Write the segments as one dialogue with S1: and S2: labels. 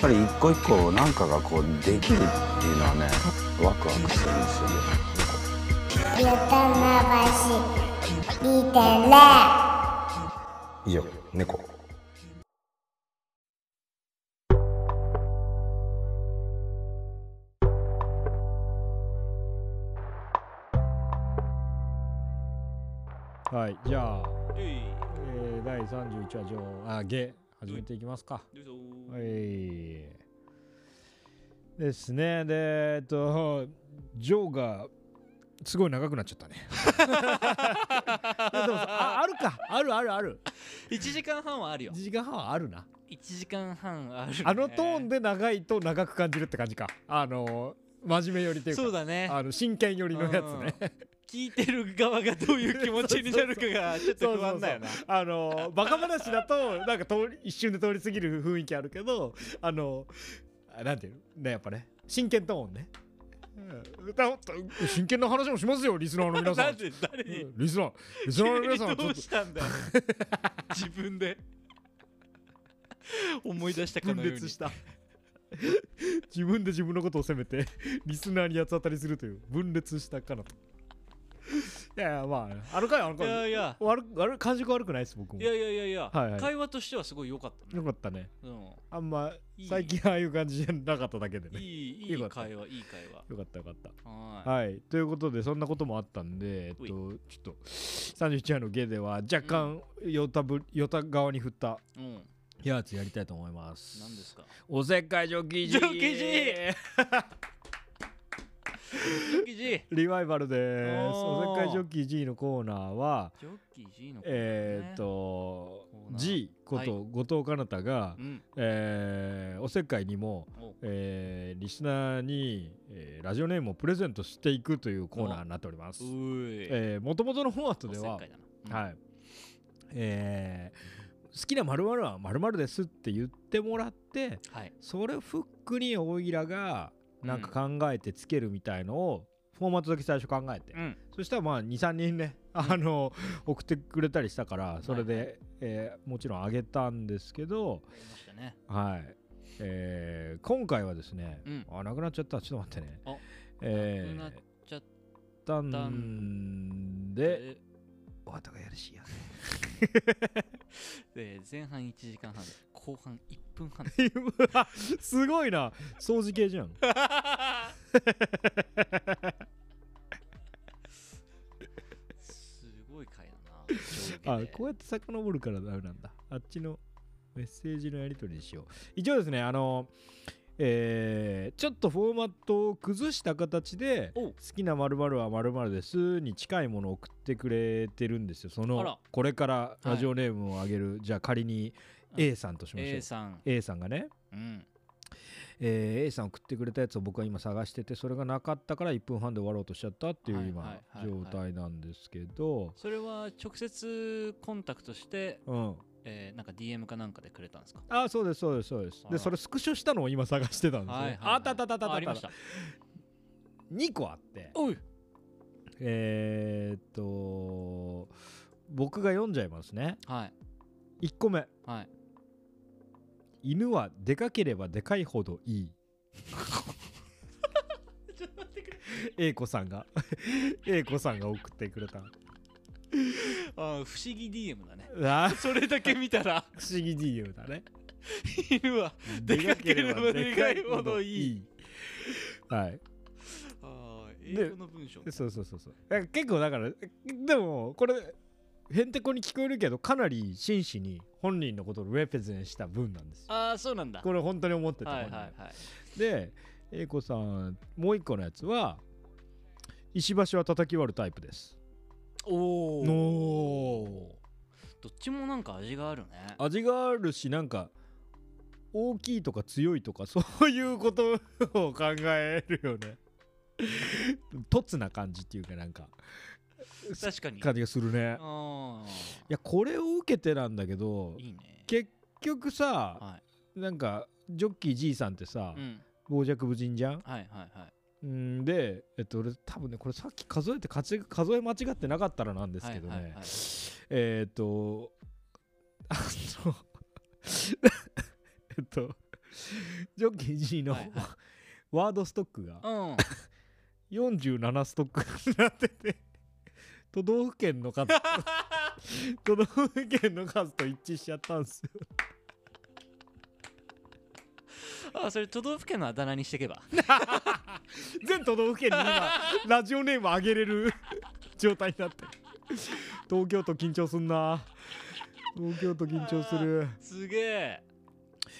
S1: ぱり一個一個なんかがこうできるっていうのはねワクワクするんですよね
S2: ゆたまばし見てね
S3: 以上猫
S4: はい、じゃあ、
S5: よい
S4: えー、第31話上、あ、ゲ、始めていきますか。
S5: よいしょ
S4: はい。ですね。で、えっと、ジョーが、すごい長くなっちゃったね。いやでもさああるか。あるあるある。
S5: 1時間半はあるよ
S4: 1時間半はあるな。
S5: 1時間半ある、ね、
S4: あのトーンで長いと長く感じるって感じか。あの、真面目寄りというか、
S5: そうだね
S4: あの真剣寄りのやつね。
S5: 聞いてる側がどういう気持ちになるかがちょっと不安だよな
S4: あのバカ話だとなんか通り一瞬で通り過ぎる雰囲気あるけどあのあなんていうのねやっぱね真剣トーンね、うん歌おっと真剣な話もしますよリスナーの 皆さん
S5: なんで誰に
S4: リスナーリスナーの皆さんち
S5: ど
S4: ょっ
S5: う
S4: と
S5: した んだよ自分で思い出したか
S4: 分
S5: のように
S4: 裂した自分で自分のことを責めてリスナーに八つ当たりするという分裂したかなといやいやまああの回はあの
S5: いや
S4: 回
S5: いや
S4: 悪く悪く感触悪くないです僕も
S5: いやいやいやいや、
S4: はいはい
S5: 会話としてはすごい良かったね
S4: よかったね
S5: う
S4: あんま
S5: いい
S4: 最近ああいう感じじゃなかっただけで
S5: ん、い
S4: ね
S5: いい
S4: よか
S5: い
S4: った
S5: 会話いい会話
S4: よかったよかった
S5: は
S4: は
S5: い
S4: いということでそんなこともあったんでえっと
S5: うい
S4: ちょっと31話の芸では若干ヨタぶヨタ側に振った
S5: うん、
S4: やつやりたいと思います
S5: 何ですか
S4: おせっかいジョッキージ
S5: ジョッキージジョッキー G
S4: リバイバルです
S5: おー
S4: おせっかいジョッキー G のコーナーは
S5: ジョッキー G の声だね
S4: えーっと
S5: コーナー
S4: G こと後藤かなたが
S5: うん
S4: えーおせっかいにも
S5: お
S4: えーリスナーに、えーラジオネームをプレゼントしていくというコーナーになっております。
S5: うい
S4: えー、元々のフォーマットで
S5: お
S4: は
S5: せっ、かいだな
S4: はいえー好きな〇〇は〇〇ですって言ってもらって
S5: うんはい
S4: それをフックにおいらがなんか考えてつけるみたいのを、フォーマットだけ最初考えて、
S5: うん
S4: そしたらまあ23人ねあの、送ってくれたりしたからそれで、
S5: はい
S4: えーもちろんあげたんですけど、
S5: ありましたね
S4: はい。えー今回はですね、
S5: うん
S4: あ、なくなっちゃった。ちょっと待ってね
S5: あ。
S4: えー
S5: なくなっちゃっ
S4: ったんで、
S5: て
S4: お後がよろしいよ。
S5: えー前半1時間半後半1 分半
S4: すごいな。掃除系じゃん。
S5: すごい回だな
S4: あ
S5: 上下で
S4: こうやって遡るからダメなんだ。あっちのメッセージのやり取りにしよう。一応ですね、あの、えーちょっとフォーマットを崩した形で、
S5: おう
S4: 好きな〇〇は〇〇ですに近いものを送ってくれてるんですよ。そ
S5: あ
S4: の
S5: ら
S4: これからラジオネームをあげる、じゃあ仮に
S5: うん
S4: A さんとしましょう。
S5: A さん
S4: A さんがね、
S5: うん
S4: えー A さん送ってくれたやつを僕は今探しててそれがなかったから1分半で終わろうとしちゃったってい
S5: は
S4: う
S5: い
S4: 今
S5: はいはいはい
S4: 状態なんですけど、
S5: それは直接コンタクトして、
S4: うん、
S5: えーなんか DM かなんかでくれたんですか
S4: あそうですそうですそうです
S5: あ
S4: で
S5: ら
S4: それスクショしたのを今探してたんですよ、
S5: はいはいはい
S4: あったあったあったあった
S5: あありました
S4: 2個あって
S5: おい
S4: えー、っと僕が読んじゃいますね
S5: はい
S4: 1個目
S5: はい
S4: 犬はでかければでかいほどい い A 子さんが A 子さんが送ってくれた
S5: あー不思議 DM だね
S4: あー
S5: それだけ見たら
S4: 不思議 DM だね
S5: 犬 はでかければでかいほどい
S4: い。はい。
S5: あー
S4: で
S5: 英語の文章
S4: そうそうそうそう。だから結構だから、でもこれ、へんてこに聞こえるけど、かなり真摯に本人のことをレペゼンした文なんですよ。
S5: ああそうなんだ
S4: これ本当に思ってた、
S5: はいはいはい
S4: で、英子さん、もう一個のやつは、石橋は叩き割るタイプです。
S5: おお
S4: お
S5: どっちもなんか味があるね
S4: 味があるし、なんか、大きいとか強いとか、そういうことを考えるよね。 とつな感じっていうか、なんか。
S5: 確かに
S4: 感じがするね
S5: あ
S4: いやこれを受けてなんだけど
S5: あいいね
S4: 結局さ、
S5: は
S4: なんかジョッキー G さんってさ、
S5: うん
S4: 傍若無人じゃん
S5: はいはいはい
S4: うんでえっと俺多分ねこれさっき数えて数え数え間違ってなかったらなんですけどね、
S5: はいはいはい
S4: えーっとあのえっとジョッキー G の
S5: はいはい
S4: ワードストックが
S5: うん
S4: 47ストックになってて都道府県の数 都道府県の数と一致しちゃったんですよ
S5: あそれ都道府県のあだ名にしてい けば
S4: 全都道府県に今ラジオネーム上げれる 状態になって東京都緊張すんな東京都緊張する
S5: すげえ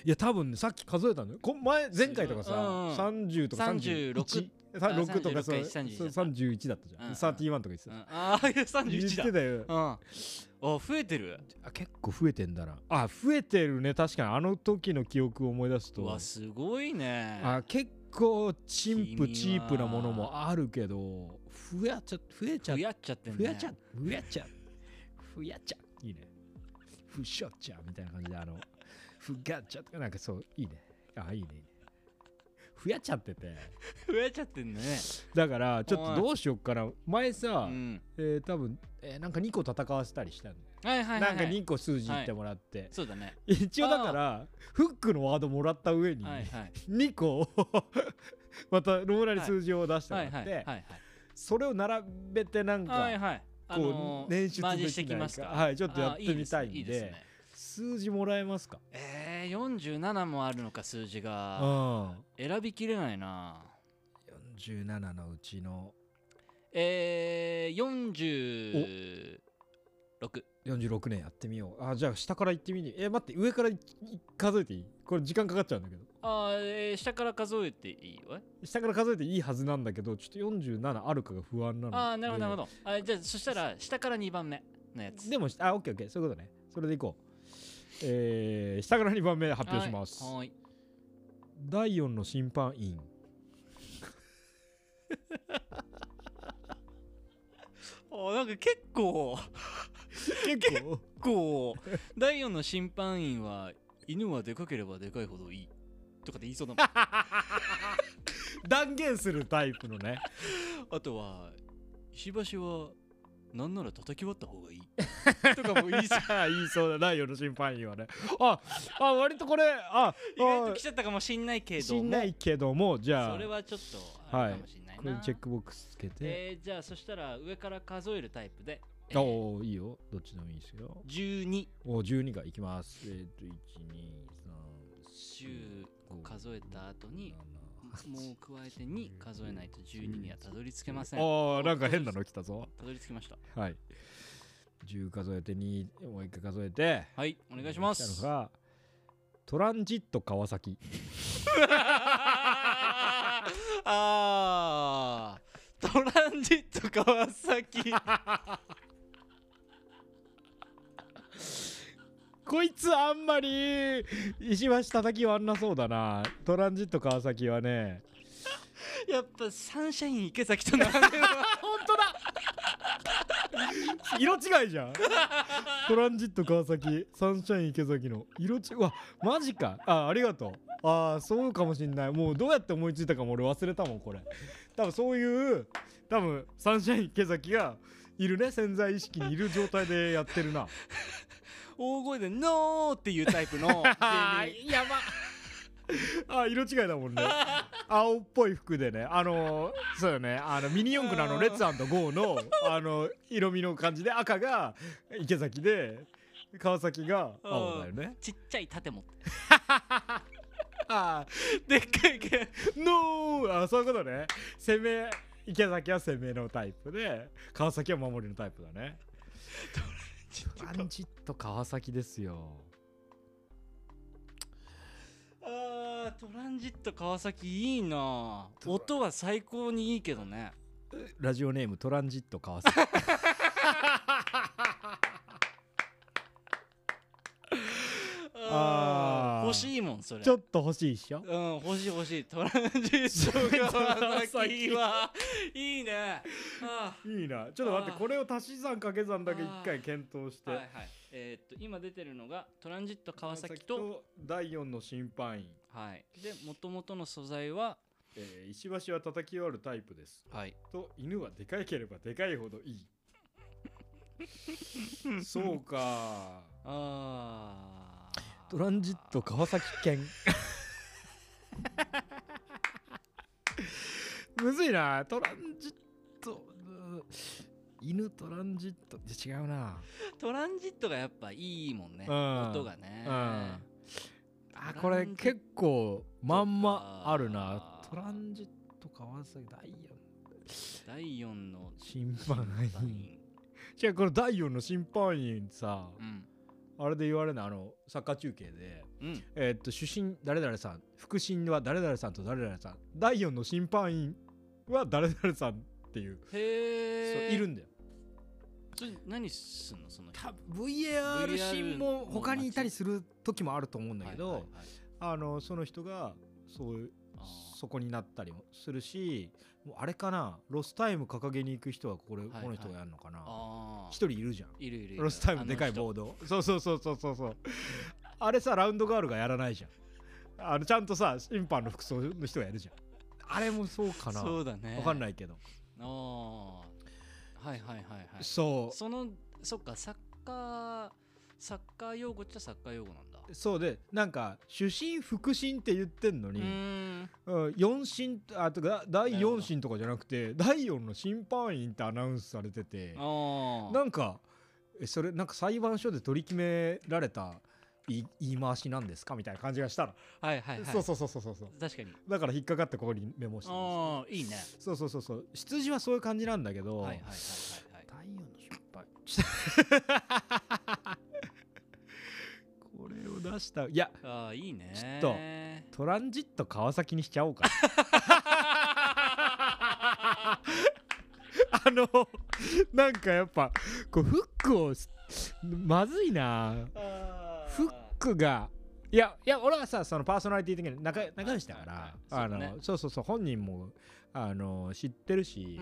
S4: いや多分ねさっき数えたのよこ前前回とかさ、
S5: うんうん
S4: 30とか
S5: 36
S4: 31さ
S5: あ
S4: 6とかそう
S5: 36か31
S4: そう31だったじゃん、
S5: うんうん
S4: 31とか言ってた、
S5: ああいや
S4: 言っ
S5: 31だ
S4: てたよ
S5: うんあ増えてる
S4: あ結構増えてんだなあ増えてるね確かにあの時の記憶を思い出す
S5: う
S4: と
S5: わすごいね
S4: あ結構チンプ
S5: 君は
S4: チープなものもあるけど増えちゃ増えちゃ
S5: 増やっちゃってんね
S4: 増やちゃ増やちゃ増やちゃいいねふしょっちゃみたいな感じであのふがっちゃとかなんかそういいねあいいねいいね増やちゃってて
S5: 増やちゃってんね
S4: だからちょっとどうしよっかな前
S5: う
S4: さ、
S5: ん
S4: えー多分、えーなんか2個戦わせたりしたの、
S5: はいはいはい
S4: なんか
S5: はい
S4: 2個数字言ってもらって、
S5: そうだね
S4: 一応だからフックのワードもらった上に
S5: はいはい
S4: 2個 またローラに数字を出しても
S5: は
S4: ら
S5: い
S4: っ
S5: はいは
S4: て
S5: いはい
S4: それを並べてなんか、
S5: はいはいあ
S4: こ
S5: の
S4: う
S5: ー
S4: 捻出
S5: マージ
S4: で
S5: して
S4: き
S5: き
S4: な
S5: ま
S4: い
S5: す
S4: か
S5: か
S4: はいちょっとやっ
S5: あー
S4: てみたいんで
S5: いですねいいですね
S4: 数字もらえますか
S5: えー、47もあるのか数字
S4: う
S5: が
S4: ん
S5: 選びきれないな
S4: 47のうちの
S5: えー、46
S4: 46年やってみようあじゃあ下から行ってみにえ待って上からいい数えていいこれ時間かかっちゃうんだけど
S5: あー、えー、下から数えていいわ
S4: 下から数えていいはずなんだけどちょっと47あるかが不安なので
S5: ああなるほどなるほどあじゃあそしたら下から2番目のやつ
S4: でもあオッケーオッケーそういうことねそれでいこうえー、下から2番目発表します、
S5: はいはい
S4: 第4の審判員
S5: あーなんか結構
S4: 結 構
S5: こう第4の審判員は犬はでかければでかいほどいいとかって言いそうだもん
S4: 断言するタイプのね
S5: あとは石橋はなんなら叩き割った方がいい とかも言いそう
S4: ああ言いそうだな、世の審判員はね。あ、あ、割とこれ、あ、
S5: 意外と来ちゃったかもしんないけ
S4: あ
S5: ども
S4: しんないけども、じゃあ、
S5: それはちょっとあるかもしんないな、
S4: これにチェックボックスつけて、
S5: えー、じゃあそしたら上から数えるタイプで、えー
S4: おおいいよ、どっちでもいいですよ。
S5: 12
S4: おお12がいきます。えっ、と、1、2、
S5: 10
S4: 3、
S5: 数えた後にもう加えて
S4: うん
S5: 2数えないと12にはたどり着けませんた
S4: ああ、なんか変なの来たぞ。
S5: どり着きました
S4: はい。10数えて2、もう一回数えて、
S5: はいお願いしま
S4: 来た
S5: す
S4: のがトランジット川崎。
S5: あートランジット川崎
S4: こいつあんまり石橋叩きはあんなそうだなトランジット川崎はね
S5: やっぱサンシャイン池崎と並ん でるわ
S4: 色違いじゃん トランジット川崎サンシャイン池崎の色違いうわマジかあありがとうああそうかもしんないもうどうやって思いついたかも俺忘れたもんこれ多分そういう多分サンシャイン池崎がいるね潜在意識にいる状態でやってるな
S5: 大声で「ノー!」っていうタイプ の芸人
S4: あ色違いだも んね青っぽい服でねあのーそうよねあのミニ四駆のあのレッツゴーのあの色味の感じで赤が池崎で川崎が青だよね
S5: ちっちゃい盾持って
S4: あ
S5: でっかいけ
S4: ーノーあそういうことね攻め池崎は攻めのタイプで川崎は守りのタイプだね トランジット川崎ですよ
S5: あートランジット川崎いいな音は最高にいいけどね
S4: ラジオネームトランジット川崎あー
S5: 欲しいもんそ れ
S4: ちょっと欲しいっしょ
S5: うん欲しい欲しいトランジット川崎 はいいねあ
S4: いいなちょっと待って
S5: あー
S4: これを足し算掛け算だけ一回検討して
S5: ーはいはいえーっと今出てるのがトランジット川崎と
S4: 第4の審判員、
S5: はいで元々の素材は
S4: えー石橋は叩き割るタイプです
S5: はい
S4: と犬はでかいければでかいほどいい そうか
S5: あー
S4: トランジット川崎犬 むずいなトランジットうん犬トランジットじゃ違うな
S5: トランジットがやっぱいいもんね、
S4: うん
S5: 音がね、
S4: うんあ
S5: トランジット
S4: これ結構まんまあるな
S5: か
S4: トランジット川崎ダイヤ
S5: 第4の
S4: 審判
S5: ライ
S4: 員
S5: ン
S4: じゃあこの第4の審判員さ
S5: うん
S4: あれで言われるのあのサッカー中継で
S5: うん
S4: えーっと主審誰々さん副審は誰々さんと誰々さん第4の審判員は誰々さんっていう
S5: へ
S4: そう
S5: え
S4: いるんだよ
S5: それ何すんのその人
S4: 多分 VAR 審
S5: VAR
S4: も他にいたり
S5: の
S4: する時もあると思うんだけど、
S5: はいはいはい
S4: あのその人がそういう
S5: あ
S4: そこになったりもするしもうあれかなロスタイム掲げに行く人はこれ、
S5: いはい
S4: この人がやるのかな
S5: あ
S4: 一人いるじゃん
S5: いるいるいる
S4: ロスタイ
S5: あ
S4: ム
S5: の
S4: でかい
S5: 人
S4: ボードそうそうそうそうそうそうあれさラウンドガールがやらないじゃんあのちゃんとさ審判の服装の人がやるじゃんあれもそうかなわ、
S5: そうだね
S4: かん
S5: い
S4: ないけど
S5: ああはいはいはいはい
S4: そう
S5: そのそっかサッカーサッカー用語っちゃサッカー用語なんだ
S4: そうでなんか主審副審って言ってんの
S5: う
S4: に、
S5: ーん
S4: うん、4審あとだ第
S5: なるほ
S4: 4
S5: ど
S4: 審とかじゃなくて第4の審判員ってアナウンスされてて
S5: ああ
S4: なんかえそれなんか裁判所で取り決められた言い言い回しなんですかみたいな感じがしたの、
S5: はいはいはい
S4: そうそうそうそうそうそう
S5: 確かに
S4: だから引っかかってここにメモしてま
S5: ああいいね
S4: すそうそうそうそう出自はそういう感じなんだけど、
S5: はいはいはいはいは
S4: 第
S5: い
S4: 4の失敗ちょっと これを出したいや
S5: ああいいね
S4: ちょっとトランジット川崎にしちゃおうかあのなんかやっぱこうフックをすまずいなフックがいやいや俺はさそのパーソナリティ的に仲仲良しだか
S5: はい
S4: ら
S5: はい
S4: あ
S5: はいそうね
S4: のそうそうそう本人もあの知ってるし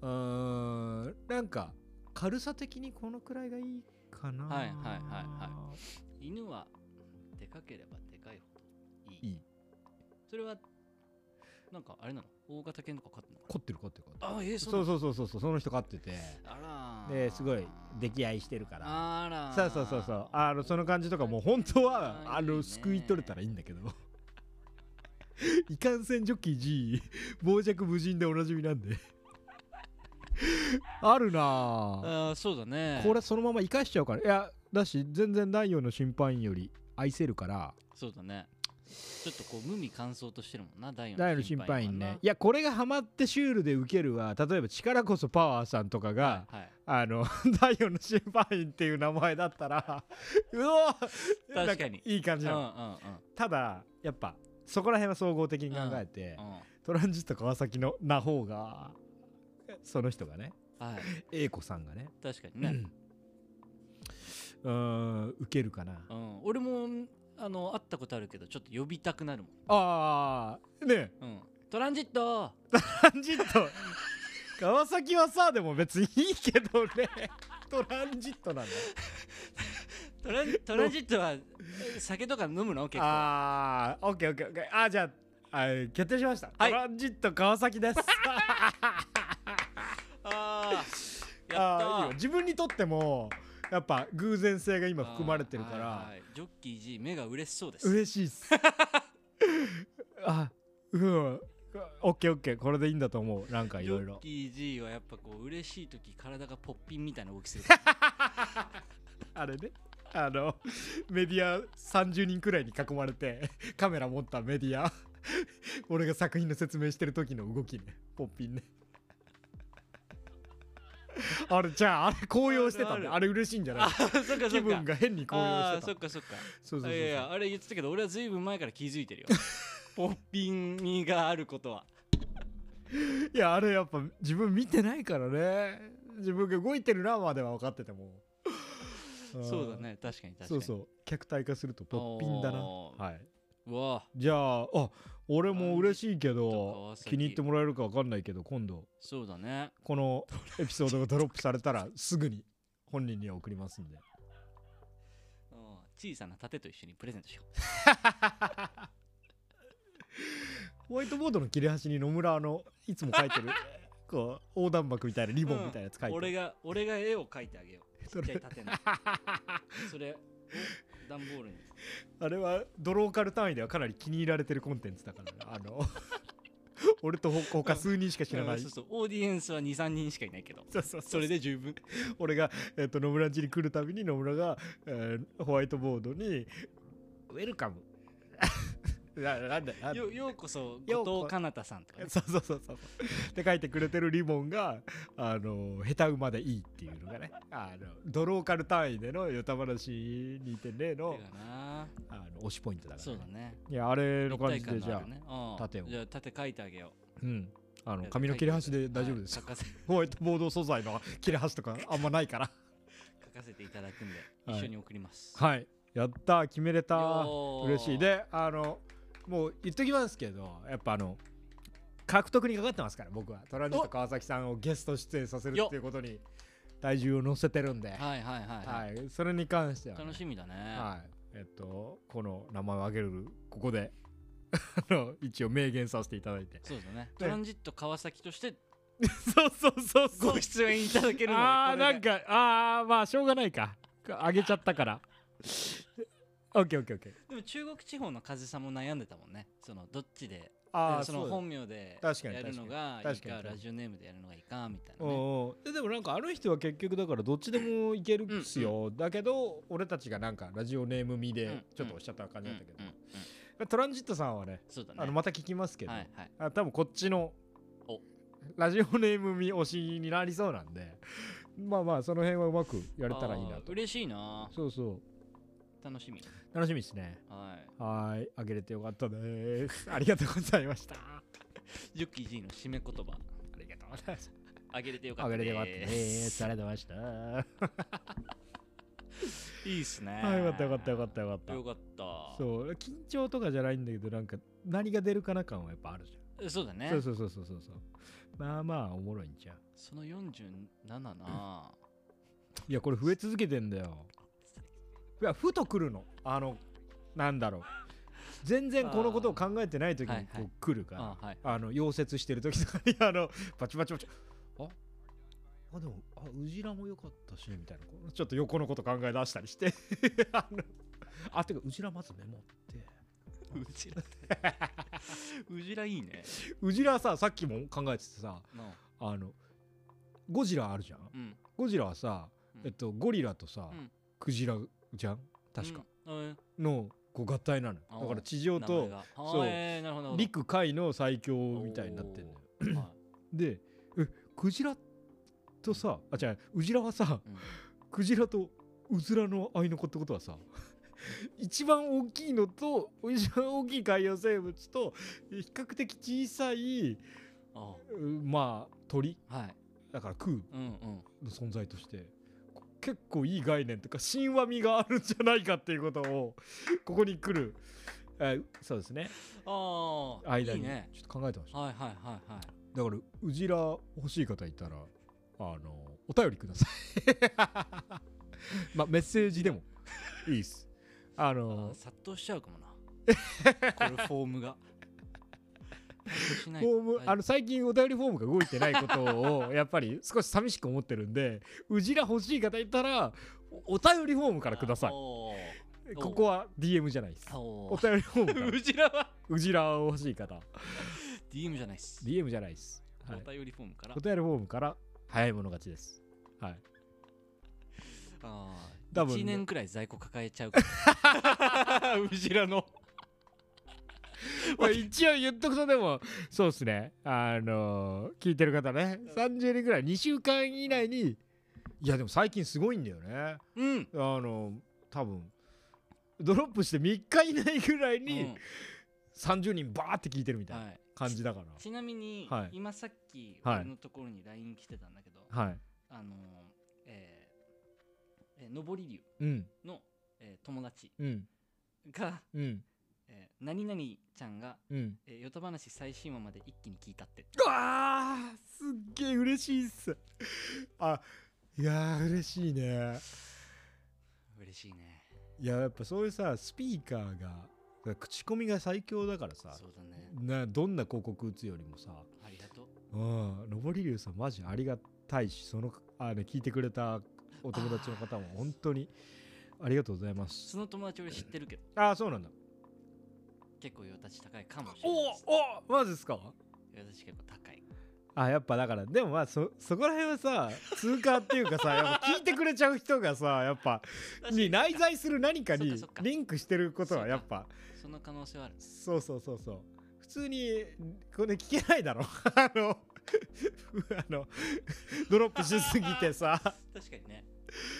S4: うーんなんか軽さ的にこのくらいがいいかな
S5: はいはいはいは 犬はでかければでかいほどいい
S4: いい
S5: それはなんかあれなの大型犬とか飼ってんのか
S4: 凝ってる凝ってる凝ってる
S5: なあええ
S4: そう
S5: う
S4: そうそうそうそうその人飼ってて
S5: あらー
S4: ですごい出来合いしてるから
S5: あら
S4: そうそうそうそうあのその感じとかもう本当は
S5: あー
S4: あ
S5: いい
S4: の
S5: ね
S4: すくい取れたらいいんだけどいかんせんジョッキー G 傍若無人でおなじみなんであるな
S5: あーそうだね
S4: あこれそのまま生かしちゃうからいやだし全然第4の審判員より愛せるから
S5: そうだねちょっとこう無味乾燥としてるもんな第
S4: 第4
S5: 4
S4: の
S5: の
S4: 審
S5: 審
S4: 判
S5: 判
S4: 員
S5: 員はな
S4: ねいやこれがハマってシュールでウケるは例えば力こそパワーさんとかが、
S5: はい
S4: あの 第4の審判員っていう名前だったらうおー
S5: かに
S4: なんいい感じ
S5: うん
S4: な
S5: うん
S4: の、ただやっぱそこら辺は総合的に考えて、
S5: うんうん
S4: トランジット川崎のな方がその人がね
S5: はい
S4: 英子さんがね
S5: 確かにね
S4: うーん受けるかな、
S5: うん俺もあの会ったことあるけどちょっと呼びたくなるも
S4: ああねえ
S5: んうんトランジット
S4: トランジット川崎はさでも別にいいけど ねトランジットなんだ
S5: トラントランジットは酒とか飲むの結構
S4: ああ、オッケーオッケーオッケー。あーじゃあ、あー決定しました。
S5: はい
S4: トランジット川崎 です。
S5: あーやっ
S4: あ
S5: た
S4: ーいいよ自分にとっても、やっぱ偶然性が今含まれてるか
S5: はい
S4: ら
S5: は、いジョッキー G 目が嬉しそうです
S4: 嬉しいっす。 あ、うん。オッケーオッケー、これでいいんだと思う。なんかい
S5: ジ
S4: ろ
S5: ョ
S4: い
S5: ッ
S4: ろ
S5: キ。ー G はやっぱこう嬉しい時体がポッピンみたいな動き する
S4: あれね。あのメディア30人くらいに囲まれてカメラ持ったメディア俺が作品の説明してる時の動きねポッピンねあれじゃああれ高揚してた
S5: あ
S4: ね
S5: るある
S4: あれ嬉しいんじゃない
S5: そっかそっか
S4: 気分が変に高
S5: あ
S4: 揚
S5: あ
S4: し
S5: そ
S4: て
S5: ったかそっか
S4: そうそうそう
S5: いやいやあれ言ってたけど俺はずいぶん前から気づい てるよポッピン味があることはい
S4: やあれやっぱ自分見てないからね自分が動いてるなまでは分かってて も
S5: そうだね確かに確かに
S4: そうそう客体化するとポッピンだな
S5: おー
S4: はいう
S5: わあ
S4: じゃああ俺も嬉しいけ
S5: 川
S4: ど
S5: 崎
S4: 気に入ってもらえるか分かんないけど今度
S5: そうだね
S4: このエピソードがドロップされたらすぐに本人には送りますんで
S5: うん小さな盾と一緒にプレゼントしよ
S4: ホワイトボードの切れ端に野村あのいつも書いてるこう横断幕みたいなリ
S5: う
S4: ボンみたいなやつ書いて
S5: うん
S4: る、
S5: 俺が俺が絵を描いてあげよ うちっちゃい盾のそれを段ボールに
S4: あれはドローカル単位ではかなり気に入られてるコンテンツだからねあの俺とほ他数人しか知らない、
S5: そうそうオーディエンスは23人しかいないけど
S4: そうそう
S5: それで十分
S4: 俺が、えっと野村ん家に来るたびに野村が、えーホワイトボードに「ウェルカ ム」ななんだなんだ
S5: よようこそ
S4: ようこ
S5: 後藤かなたさんとかね
S4: そうそうそうそう。って書いてくれてるリボンが、あの、下手馬でいいっていうのがね、あの、ドローカル単位でのヨタ話2.0の
S5: てかな
S4: あの推しポイントだから、
S5: そうだね
S4: いや、あれの
S5: 一
S4: 感
S5: 体
S4: じで、
S5: 感
S4: じ
S5: のあ
S4: ゃ
S5: る
S4: あ、
S5: ねうん
S4: 縦を
S5: じゃあ縦書いてあげよ
S4: うん。あ
S5: う
S4: の、
S5: いや
S4: 髪の切れ端で大丈夫です
S5: 書
S4: よ。
S5: かせ書
S4: ホワイトボード素材の切れ端とかあんまないから。
S5: かせていただくんで
S4: はい
S5: 一緒に送ります
S4: はい。やったー決めれたー
S5: よー
S4: 嬉しい。で、あの、もう言っときますけど、やっぱあの、獲得にかかってますから、僕は。トランジット川崎さんをゲスト出演させる
S5: よっ
S4: っていうことに体重を乗せてるんで、は
S5: はいはいはい
S4: い、
S5: はい
S4: それに関してはね、
S5: 楽しみだね
S4: はい。えっと、この名前を挙げる、ここで、 あの、一応明言させていただいて。
S5: そうだねトランジット川崎として
S4: そうそうそう
S5: ご出演いただけるのは
S4: ああ、なんか、ああ、まあ、しょうがないか。あげちゃったから。オッケーオッケーオッケー。
S5: でも中国地方の風さんも悩んでたもんねそのどっちで
S4: あ
S5: その本名で
S4: 確かに
S5: やるのがいい
S4: 確かに確か
S5: か
S4: に
S5: ラジオネームでやるのがいいかみたいなね
S4: おうおうででもなんかあの人は結局だからどっちでもいけるっすよ、だけど俺たちがなんかラジオネーム見
S5: うん
S4: でちょっとおっしゃった感
S5: うん
S4: じ
S5: う
S4: だ
S5: ん
S4: ったけど、
S5: うん
S4: トランジットさんはね
S5: そうだね
S4: あのまた聞きますけど、
S5: はいはい
S4: あ多分こっちの
S5: お
S4: ラジオネーム見推しになりそうなんでまあまあその辺はうまくやれたらいいな
S5: あー
S4: と
S5: 嬉しいな
S4: そうそう
S5: 楽しみ
S4: 楽しみですね
S5: はい
S4: はーいあげれてよかったですありがとうございましたあ
S5: ジョッキー G の締め言葉
S4: りがとうございました
S5: あげれてよか
S4: あ
S5: った
S4: げ
S5: で
S4: れ
S5: す
S4: てよかったですありがとうございました
S5: いいっすね
S4: あよかったよかったよかったよかった
S5: よかった
S4: そう緊張とかじゃないんだけどなんか何が出るかな感はやっぱあるじ
S5: えそうだ
S4: ゃん、
S5: ね
S4: そうそうそうそうそうそうまあまあおもろいんじゃん
S5: その47ない
S4: やこれ増え続けてんだよいやふと来るのあのなんだろう全然このことを考えてない時
S5: あーは
S4: に
S5: い
S4: こ
S5: はいう
S4: 来るから、
S5: あ はい
S4: あの溶接してる時とかに あのバチバチバチああでもあうじらも良かったしみたいなこうちょっと横のこと考え出したりして あのあてかうじらまずメモって
S5: うじらうじらい いね
S4: うじらささっきも考えててさ
S5: の
S4: あのゴジラあるじゃん
S5: うん
S4: ゴジラはさ、
S5: うん
S4: えっと、ゴリラとさ、
S5: うん
S4: クジラじゃん確か、
S5: うん
S4: のこう合体なのよ
S5: あー
S4: だから地上
S5: 名
S4: と
S5: 前が
S4: そう
S5: はいえーなるほどなるほど
S4: 陸海の最強みたいになってんのよ
S5: おーはい
S4: でえクジラとさあ違うウジラはさ
S5: うん
S4: クジラとうずらの合いの子ってことはさ 一番大きいのと一番大きい海洋生物と比較的小さい
S5: あ
S4: うんまあ鳥
S5: ーはい
S4: だから食う
S5: うんうん
S4: の存在としてこ結構いい概念というか神話味があるんじゃないかっていうことをここに来る、えーそうですね
S5: ああ
S4: 間
S5: いい
S4: にちょ
S5: ね
S4: っと考えてました、
S5: はいはいはいはい
S4: だからうじら欲しい方いたらあのお便りくださ いまあメッセージでもいいっすあ
S5: あ
S4: の
S5: 殺到しちゃうか もなこれフォームが殺到しない
S4: フォーム
S5: はい
S4: あの最近お便りフォームが動いてないこと をやっぱり少し寂しく思ってるんでうじら欲しい方いたらおお便りフォームからください
S5: おー
S4: ここは DM じゃないです
S5: お
S4: お便りフォームから
S5: うちらは
S4: うじらを欲しい方
S5: DM じゃないっす、
S4: DM じゃないです、はい
S5: お便りフォームから
S4: お便りフォームから早い者勝ちですはい
S5: あー
S4: 多分
S5: 1年くらい在庫抱えちゃうか らうちらの
S4: まあ一応言っとくとでもそうですねあのー聞いてる方ね30人ぐらい2週間以内にいやでも最近すごいんだよね
S5: うん
S4: あの多分ドロップして3日以内ぐらい
S5: うん
S4: に30人バーって聞いてるみたい
S5: は、
S4: ない感じだから
S5: ちなみに、
S4: はい
S5: 今さっき
S4: はい
S5: 俺のところに LINE 来てたんだけど、
S4: はい
S5: あのーえーえー上り竜
S4: うん
S5: の、えー友達
S4: うん
S5: が、
S4: うん
S5: えー何々ちゃんが
S4: うん
S5: えー、ヨタ話最新話まで一気に聞いたって。
S4: うわーすっげえ嬉しいっすあいやー嬉しいね
S5: 嬉しいね。
S4: いややっぱそういうさスピーカーが口コミが最強だからさ
S5: そうだね。
S4: などんな広告打つよりもさ
S5: ありがとう。
S4: うん登り竜さんマジありがたいしそのあの聞いてくれたお友達の方も本当にありがとうございます
S5: その友達俺知ってるけど、
S4: ああそうなんだ
S5: 結構ヨタチ高いかもしれない
S4: おおマジですか
S5: や確かに高い
S4: あやっぱだからでもまあそそこら辺はさ通過っていうか さやっぱ聞いてくれちゃう人がさやっぱに内在する何かに
S5: そっかそっか
S4: リンクしてることはやっぱ
S5: その可能性はあ る
S4: そうそうそうそう普通にこれ聞けないだろ あのあのドロップしすぎてさ
S5: 確かにね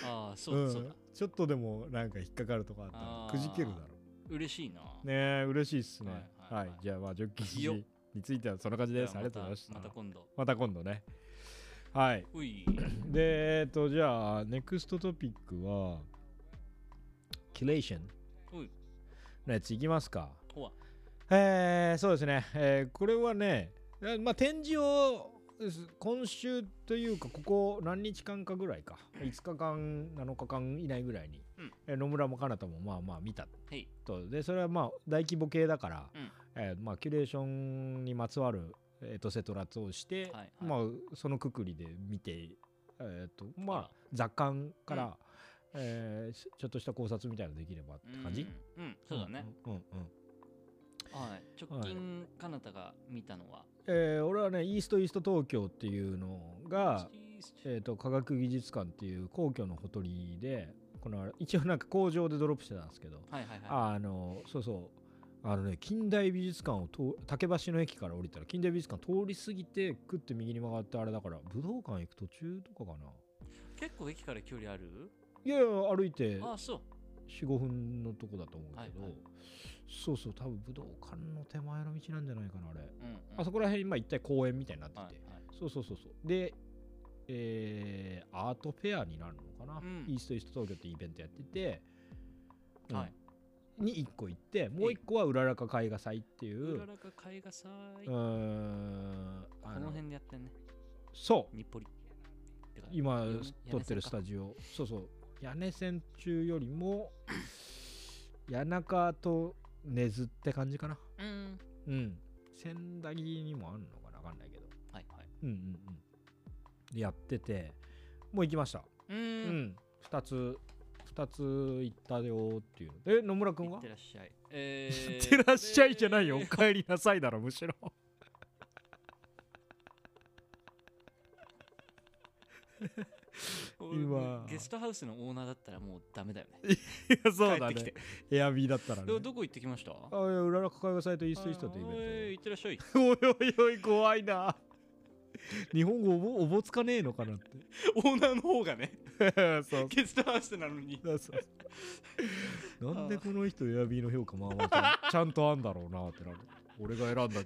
S5: ああそううだ、そうんだ、
S4: ちょっとでもなんか引っかかるとかあった
S5: あ
S4: ら
S5: ー
S4: くじけるだろ
S5: 嬉しいな
S4: ねえ嬉しいっすね
S5: はい
S4: は
S5: はいいはい
S4: じゃあまあジョッキー
S5: いいよ
S4: 氏についてはそんな感じ
S5: じゃ
S4: ですありがとうございました
S5: また今度
S4: また今度ねはい
S5: おい
S4: で、えっと、じゃあ、ネクストトピックは、キュレーション
S5: おい
S4: のやついきますか。
S5: ほわ
S4: えー、そうですね、えーこれはね、えまあ、展示をす今週というか、ここ何日間かぐらいか、5日間、7日間以内ぐらいに、
S5: うん
S4: えー野村もかなたもまあまあ見た
S5: へい
S4: と。で、それはまあ大規模系だから、
S5: うん
S4: えーまあ、キュレーションにまつわる、えーとセトラをして、
S5: はいはい
S4: まあ、そのくくりで見て、えーとま
S5: あ
S4: あ
S5: ら、
S4: 雑感から、
S5: うん
S4: えーちょっとした考察みたいなのできればって感じ、
S5: うん、うん、そうだね、
S4: うんうんうん
S5: はい直近かなたが見たのは
S4: えー俺はねイーストイースト東京っていうのが、
S5: え
S4: えー、と科学技術館っていう皇居のほとりでこの一応なんか工場でドロップしてたんですけど、
S5: はいはいは
S4: あのそうそうあのね近代美術館をと竹橋の駅から降りたら近代美術館通り過ぎてくって右に曲がってあれだから武道館行く途中とかかない
S5: 結構駅から距離ある
S4: いやいや歩いて
S5: ああそう
S4: 45分のとこだと思うけど、
S5: はいはい
S4: そうそう多分武道館の手前の道なんじゃないかなあれ、
S5: うん、うん、
S4: あそこら辺今一体公園みたいになってて、
S5: はいはい
S4: そうそうそうそう。で、えーアートフェアになるのかな、
S5: うん
S4: イーストイースト東京ってイベントやってて、うん
S5: はい
S4: に1個行って、もう1個はうららか絵画祭っていうう、
S5: ららか絵画祭、
S4: うー
S5: こ
S4: ん、あ
S5: の
S4: の、
S5: 辺でやってんね
S4: そう、
S5: 日暮里ってか
S4: 今
S5: 米
S4: 撮ってるスタ
S5: 米線か
S4: ジオ、そうそう、屋根線中よりも、 谷中と根津って感じかな。
S5: うん
S4: うん。仙台にもあるのかなわかんないけど。
S5: はいはい
S4: うんうんうん。でやってて、もう行きました。
S5: う
S4: うんん、2つ2つ行ったよっていうえ野村君
S5: い
S4: は
S5: ってらっしゃいえ
S4: い
S5: ー
S4: ってらっしゃいじゃないよ
S5: え
S4: お
S5: ー
S4: 帰りなさいだろむしろ
S5: 俺
S4: 今
S5: ゲストハウスのオーナーだったらもうダメだよね
S4: いやそう
S5: 帰
S4: だ
S5: ってき
S4: ね
S5: て
S4: エアビーだったらね
S5: どどこ行ってきました
S4: あいや裏の抱えがサイトイーストイーストってイベン
S5: あーいってらっしゃい
S4: トおいおいおい怖いな日本語おぼおぼつかねえのかなって
S5: オーナーの方がね
S4: そうそう
S5: ゲストハウスなのに
S4: そうそう なんでこの人エアビーの評価まあまあちゃんち ゃんとあんだろうなってなる俺が選んだと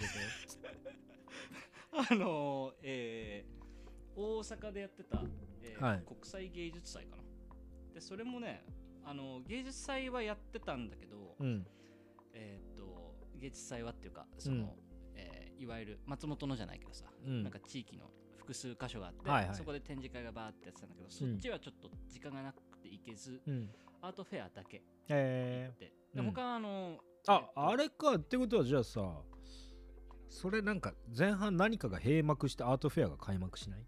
S4: こ
S5: あのーえー大阪でやってた、えー
S4: はい
S5: 国際芸術祭かなでそれもねあのー芸術祭はやってたんだけ ど、
S4: うん
S5: えーっと芸術祭はっていうかその、
S4: うん
S5: えーいわゆる松本のじゃないけどさ、
S4: うん
S5: なんか地域の複数箇所があって、
S4: はいはい
S5: そこで展示会がバーってやってたんだけどそっちはちょっと時間がなくて行けず、
S4: うん
S5: アートフェアだけ行
S4: えー
S5: って、
S4: うん
S5: で他はあのー
S4: あ
S5: え、ーっと
S4: あれかってことはじゃあさそれなんか前半何かが閉幕してアートフェアが開幕しない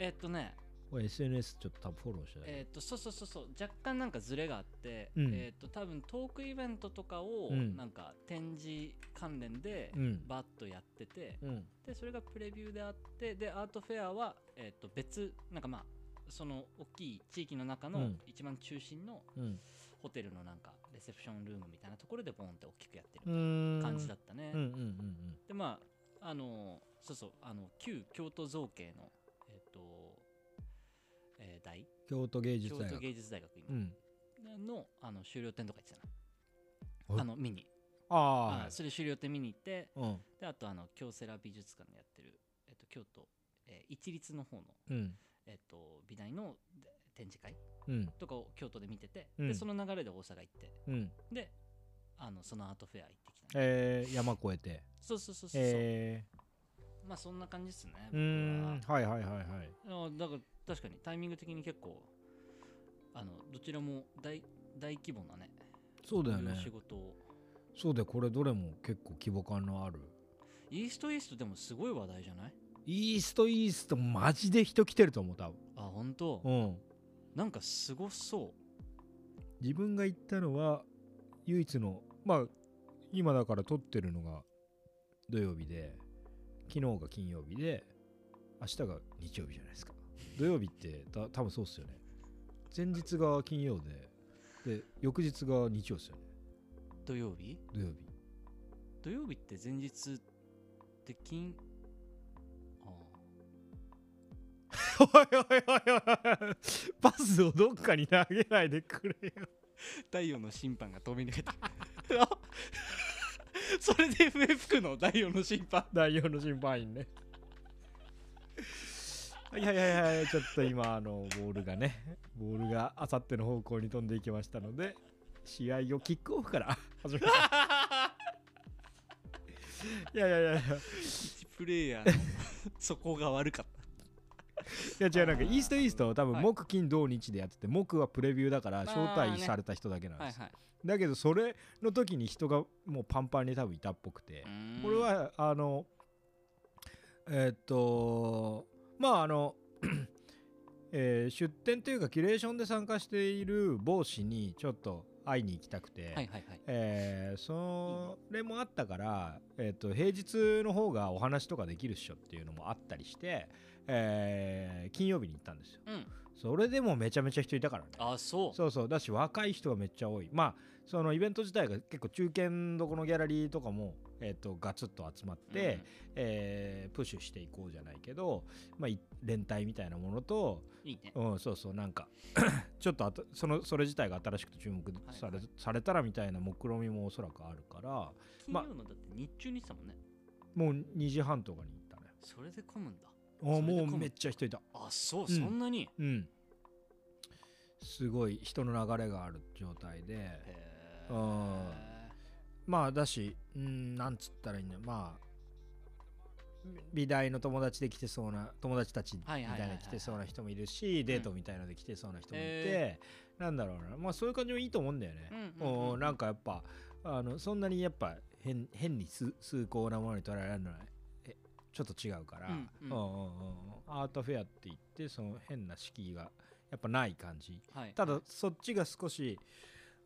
S5: えーっとね
S4: 俺 ?SNS ちょっと多分フォローしてない、
S5: えーっとそうそうそうそう若干なんかズレがあって、
S4: うん
S5: えーっと多分トークイベントとかを
S4: うん
S5: なんか展示関連で
S4: うん
S5: バッとやってて、
S4: うん
S5: でそれがプレビューであってでアートフェアは、えーっと別なんかまあその大きい地域の中
S4: う
S5: の
S4: ん
S5: 一番中心の
S4: うん
S5: ホテルのなんかレセプションルームみたいなところでボンって大きくやって
S4: う
S5: る
S4: ーん
S5: 感じだったね、
S4: うんうんうん
S5: でまああのそうそうあの旧京都造形のえーっと、えー大
S4: 京都芸術
S5: 京
S4: 大
S5: 都
S4: 学
S5: 芸術大学今、
S4: うん
S5: のあの終了点とか行ってた
S4: あ
S5: な。あの見に、
S4: あ
S5: あそれ終了点見に行って、
S4: あうん
S5: であとあの京セラ美術館でやってる、えっと、京都、えー一律の方の、
S4: うん
S5: えっと、美大ので展示会
S4: うん
S5: とかを京都で見てて、
S4: うん
S5: でその流れで大阪行って
S4: うん
S5: であのそのアートフェア行ってきたね、
S4: えー、山越えて
S5: そうそうそうそう、
S4: え
S5: まあそんな感じですね
S4: ー、うーんはいはいはいはい
S5: 僕はあだから確かにタイミング的に結構あのどちらも大大規模なね
S4: そうだよ
S5: い
S4: ね
S5: う仕事を
S4: そうだよこれどれも結構規模感のある
S5: イーストイーストでもすごい話題じゃない
S4: イーストイーストマジで人来てると思う多
S5: あ本当、
S4: 分うん
S5: なんかすごそ
S4: 自分が行ったのは唯一のまあ今だから撮ってるのが土曜日で昨日が金曜日で明日が日曜日じゃないですか土曜日ってた多分そうっすよね前日が金曜でで翌日が日曜っすよね
S5: 土曜日
S4: 土曜日
S5: 土曜日って前日って金あ
S4: おいおいおいおいパスをどっかに投げないでくれよ
S5: ー太陽の審判が飛び抜けたあ それで笛吹くの太陽の審判
S4: 第4の審判員ねはいはいはいはいちょっと今あのボールがねボールがあさっての方向に飛んでいきましたので試合をキックオフから 始めましたいやいやいやいや
S5: プレイヤーの そこが悪かった
S4: いや違うなんか
S5: あー
S4: イーストイーストは多分
S5: はい
S4: 木金土日でやってて木はプレビューだから
S5: ー
S4: 招待された人だけなん
S5: は
S4: で
S5: い
S4: す、
S5: はい
S4: だけどそれの時に人がもうパンパンに多分いたっぽくて
S5: う、ーん
S4: これはあのえーっとまああの、 えー出店というかキュレーションで参加している某氏にちょっと会いに行きたくて、
S5: はいはいはい
S4: えーそれもあったから、えー、と平日の方がお話とかできるっしょっていうのもあったりして、えー金曜日に行ったんですよ
S5: うん
S4: それでもめちゃめちゃ人いたからね
S5: あそう
S4: そうそうだし若い人がめっちゃ多いまあそのイベント自体が結構中堅どこのギャラリーとかも、えー、とガツッと集まって、えープッシュしていこうじゃないけど、まあ、い連帯みたいなものと、
S5: うんいいね
S4: うん、そうそうなんか ちょっとあとそのそれ自体が新しくて注目され,、
S5: はいはい
S4: されたらみたいな目論見みもおそらくあるから
S5: 金
S4: ま
S5: 曜のだって日中に行ってたもんね
S4: もう2時半とかに行ったね
S5: それで混むんだ
S4: あ
S5: それで
S4: も
S5: 混
S4: う
S5: む
S4: めっちゃ人いた
S5: あそう、
S4: うん
S5: そんなに
S4: うんすごい人の流れがある状態で
S5: へ
S4: う
S5: ー
S4: んまあだしうんなんつったらいいんだよまあ美大の友達で来てそうな友達たちみた
S5: はい
S4: い
S5: はいはいはい
S4: な来てそうな人もいるしデートみたいので来てそうな人もいて、なんだろうなまあそういう感じもいいと思うんだよね。
S5: うんうんうんうん
S4: おーなんかやっぱあのそんなにやっぱ変変に崇崇高なものに捉えられるのはえちょっと違うから、
S5: うんうん
S4: うんうんうんアートフェアって言ってその変な敷居がやっぱない感じ。
S5: はい
S4: ただそっちが少し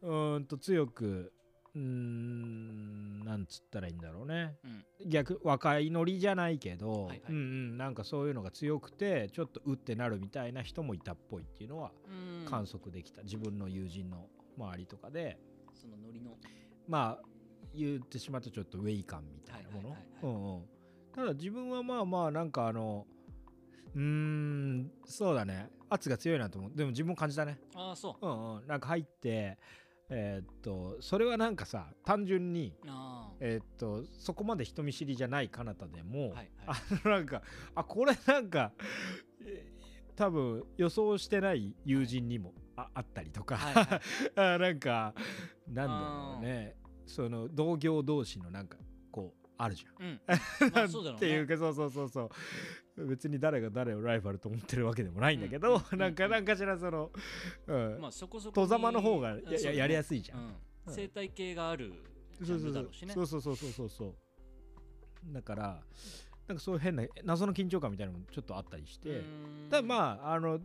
S4: うーんと強くうーんなんつったらいいんだろうね
S5: うん
S4: 逆若いノリじゃないけど、
S5: はいはい
S4: うんうんなんかそういうのが強くてちょっとうってなるみたいな人もいたっぽいっていうのは
S5: うん
S4: 観測できた、自分の友人の周りとかで
S5: そのノリの
S4: まあ言ってしまうとちょっとウェイ感みたいなもの
S5: はいはいは
S4: う
S5: い
S4: んうんただ自分はまあまあなんかあのうーんそうだね圧が強いなと思うでも自分も感じたね
S5: あそう
S4: うんうん、なんか入って、えーっと、それはなんかさ、単純に、
S5: あ
S4: えーっと、そこまで人見知りじゃない彼方でも、
S5: ーはいはい
S4: あのなんか、あ、これなんか、えー多分予想してない友人にも、ああったりとか、
S5: はいは
S4: あなんか、なんだろうね、その同業同士のなんか、こう、あるじゃん。
S5: うん まあそうだろうね
S4: っていうかそうそうそうそう別に誰が誰をライバルと思ってるわけでもないんだけど、
S5: うん
S4: なんかなんかしらその、うん
S5: まあそこそこ
S4: 戸様の方がや,、ややりや
S5: す
S4: すいじゃん。うん
S5: 生態系があるジ
S4: そ
S5: ャ
S4: う
S5: ン
S4: そうそ
S5: ルだ
S4: う
S5: ろうしね
S4: そうそうそうそうそうそうだからなんかそういう変な謎の緊張感みたいなのもちょっとあったりしてただ
S5: あ
S4: まああのうん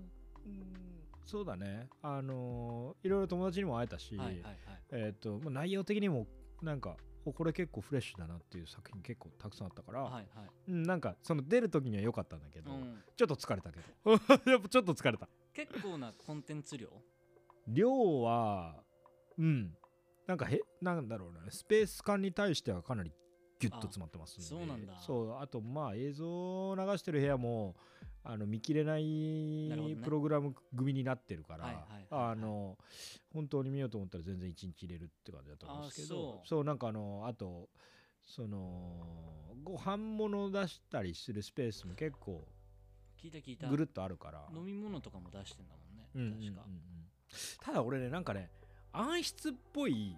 S4: そうだねあのいろいろ友達にも会えたし、
S5: はいはいはい
S4: えっ、ともう内容的にもなんかおこれ結構フレッシュだなっていう作品結構たくさんあったから、
S5: はいはい
S4: うん、なんかその出る時には良かったんだけど、
S5: うん
S4: ちょっと疲れたけ どやっぱちょっと疲れた
S5: 結構なコンテンツ量
S4: 量はうんなんかへなんだろうなスペース感に対してはかなりギュッと詰まってますんで
S5: あそうなんだ
S4: そうあとまあ映像を流してる部屋もあの見切れない
S5: なるほどね
S4: プログラム組になってるから
S5: はいはいはいはい
S4: あの本当に見ようと思ったら全然1日入れるって感じだと思うんですけど
S5: あそう
S4: なんかあのあとそのご飯物出したりするスペースも結構
S5: 聞いた聞いた
S4: ぐるっとあるから
S5: 飲み物とかも出してんだもんね、
S4: うんうんうんうん
S5: 確か、
S4: ただ俺ねなんかね暗室っぽい、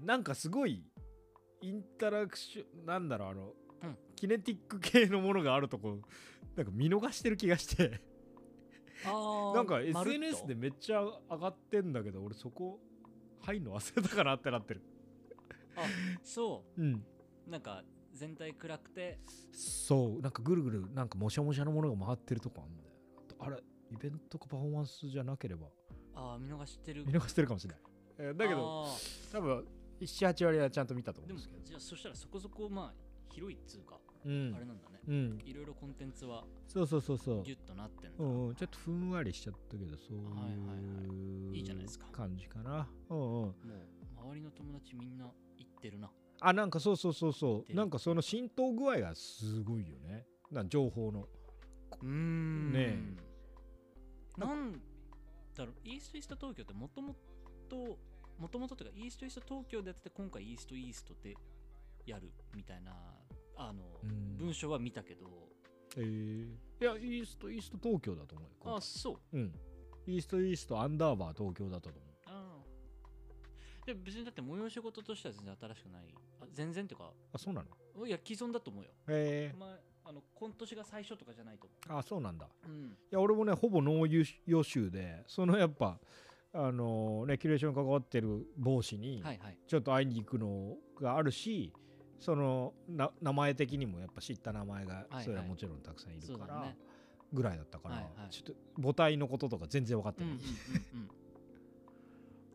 S4: なんかすごいインタラクションなんだろうあの、
S5: うん
S4: キネティック系のものがあるとこなんか見逃してる気がして
S5: ああ
S4: なんか SNS でめっちゃ上がってんだけど俺そこ入んの忘れたかなってなってる
S5: そ
S4: うん
S5: うなんか全体暗くて
S4: そうなんかぐるぐるなんかもしゃもしゃのものが回ってるとこあんだよあれイベントかパフォーマンスじゃなければ
S5: ああ見逃してる
S4: 見逃してるかもしれない、えーだけど
S5: あー
S4: 多分78割はちゃんと見たと思う
S5: で
S4: んで
S5: も
S4: すけど
S5: じゃあそしたらそこそこまあ広いっつうか、
S4: う
S5: あれ
S4: ん
S5: なんだね
S4: うん
S5: いろいろコンテンツは
S4: そうそうそうそう
S5: ギュッとなってんだ、
S4: うんうん、ちょっとふんわりしちゃったけどそう
S5: はいはい
S4: いう
S5: いいじゃないですか
S4: 感じかなうんうん
S5: もう周りの友達みんな行ってるな
S4: あなんかそうそうそうそ
S5: て
S4: う
S5: る
S4: なんかその浸透具合がすごいよねなん情報の
S5: うーん
S4: ねえ
S5: なんだろうイーストイースト東京ってもともともともとというかイーストイースト東京でやってて今回イーストイーストでやるみたいなあの
S4: うん
S5: 文章は見たけど
S4: えー、いやイーストイースト東京だと思うよ今
S5: あ
S4: 回
S5: そう
S4: うんイーストイーストアンダーバー東京だったと思う
S5: あーでも別にだって催し事としては全然新しくないあ全然っていうか
S4: あそうなの
S5: いや既存だと思うよ
S4: へえ
S5: まああの今年が最初とかじゃないと思
S4: あそうなんだ
S5: う、うん、
S4: いや俺もねほぼ脳予習でそのやっぱあのねキュレーションに関わってる帽子に、
S5: はいはい
S4: ちょっと会いに行くのがあるしそのな名前的にもやっぱ知った名前が
S5: いはい
S4: それはもちろんたくさんいるか
S5: そうだ
S4: ら
S5: ね
S4: ぐらいだったから、
S5: はいはい
S4: ちょっと母体のこととか全然分かってない、
S5: うんうん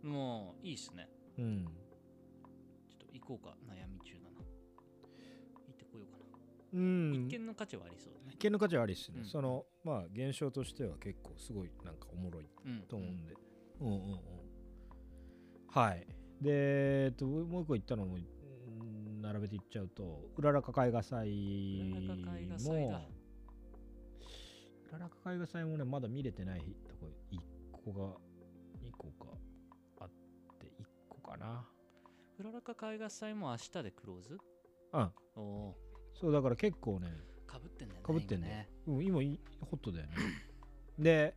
S5: うんうん、もういいっすね
S4: うん
S5: ちょっと行こうか悩み中だな行ってこようかな、
S4: うん
S5: 一見の価値はありそうだね
S4: 一見の価値はありですね、
S5: うん
S4: そのまあ現象としては結構すごいなんかおもろい
S5: うん
S4: と思うんで、うん、うんうんはいで、えっと、もう一個言ったのもうん並べていっちゃうとうららか絵画祭
S5: うららか絵画祭だ
S4: もうららか絵画祭もねまだ見れてないとこ1個が2個かあって1個かな
S5: フララカ絵画祭も明日でクローズ
S4: うん
S5: おお
S4: そうだから結構ね
S5: かぶってんだよね
S4: かぶってん
S5: 今
S4: だよ
S5: ね
S4: うん、今いホット だよねで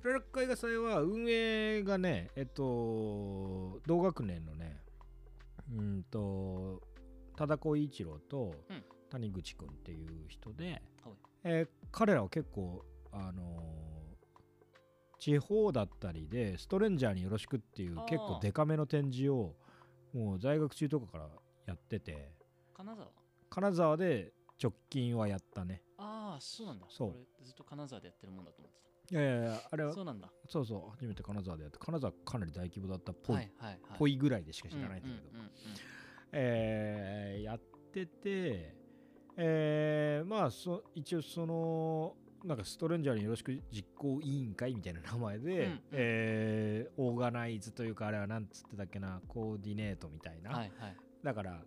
S4: プララック映画祭は運営がねえっと同学年のねうんと忠子一郎と
S5: うん
S4: 谷口くんっていう人で、
S5: はい
S4: えー彼らは結構あのー地方だったりで「ストレンジャーによろしく」っていう
S5: あー
S4: 結構デカめの展示をもう在学中とかからやってて
S5: 金沢
S4: 金沢で直近はやったね
S5: ああそうなんだ
S4: そう
S5: 俺ずっと金沢でやってるもんだと思っ
S4: い
S5: て
S4: やいやいやあれ
S5: た
S4: は
S5: そうなんだ
S4: そうそう初めて金沢でやって金沢かなり大規模だったっぽい、
S5: はいはいはい
S4: ぽ
S5: い
S4: いぐらいでしか知らないんだけど、
S5: うんうんうん
S4: えーやっててえーまあそ一応そのなんかストレンジャーによろしく実行委員会みたいな名前で、
S5: うん
S4: えーオーガナイズというかあれはなんつってたっけなコーディネートみたいな、
S5: はいはい
S4: だから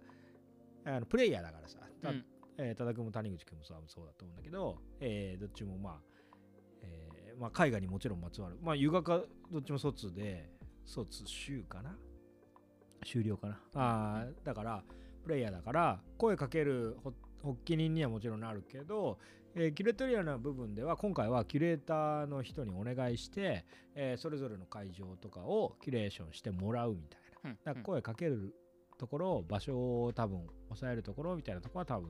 S4: あのプレイヤーだからさ、た
S5: うん
S4: えー多田君も谷口君もそうそうだと思うんだけど、えーどっちもまあ、えーまあ、絵画にもちろんまつわる、まあ、湯画科どっちも卒で卒修かな修了かなあーだからプレイヤーだから声かけるほ発起人にはもちろんなるけど、えーキュレトリアの部分では今回はキュレーターの人にお願いして、えーそれぞれの会場とかをキュレーションしてもらうみたいな。
S5: うんうん
S4: だから声かけるところ、場所を多分抑えるところみたいなところは多分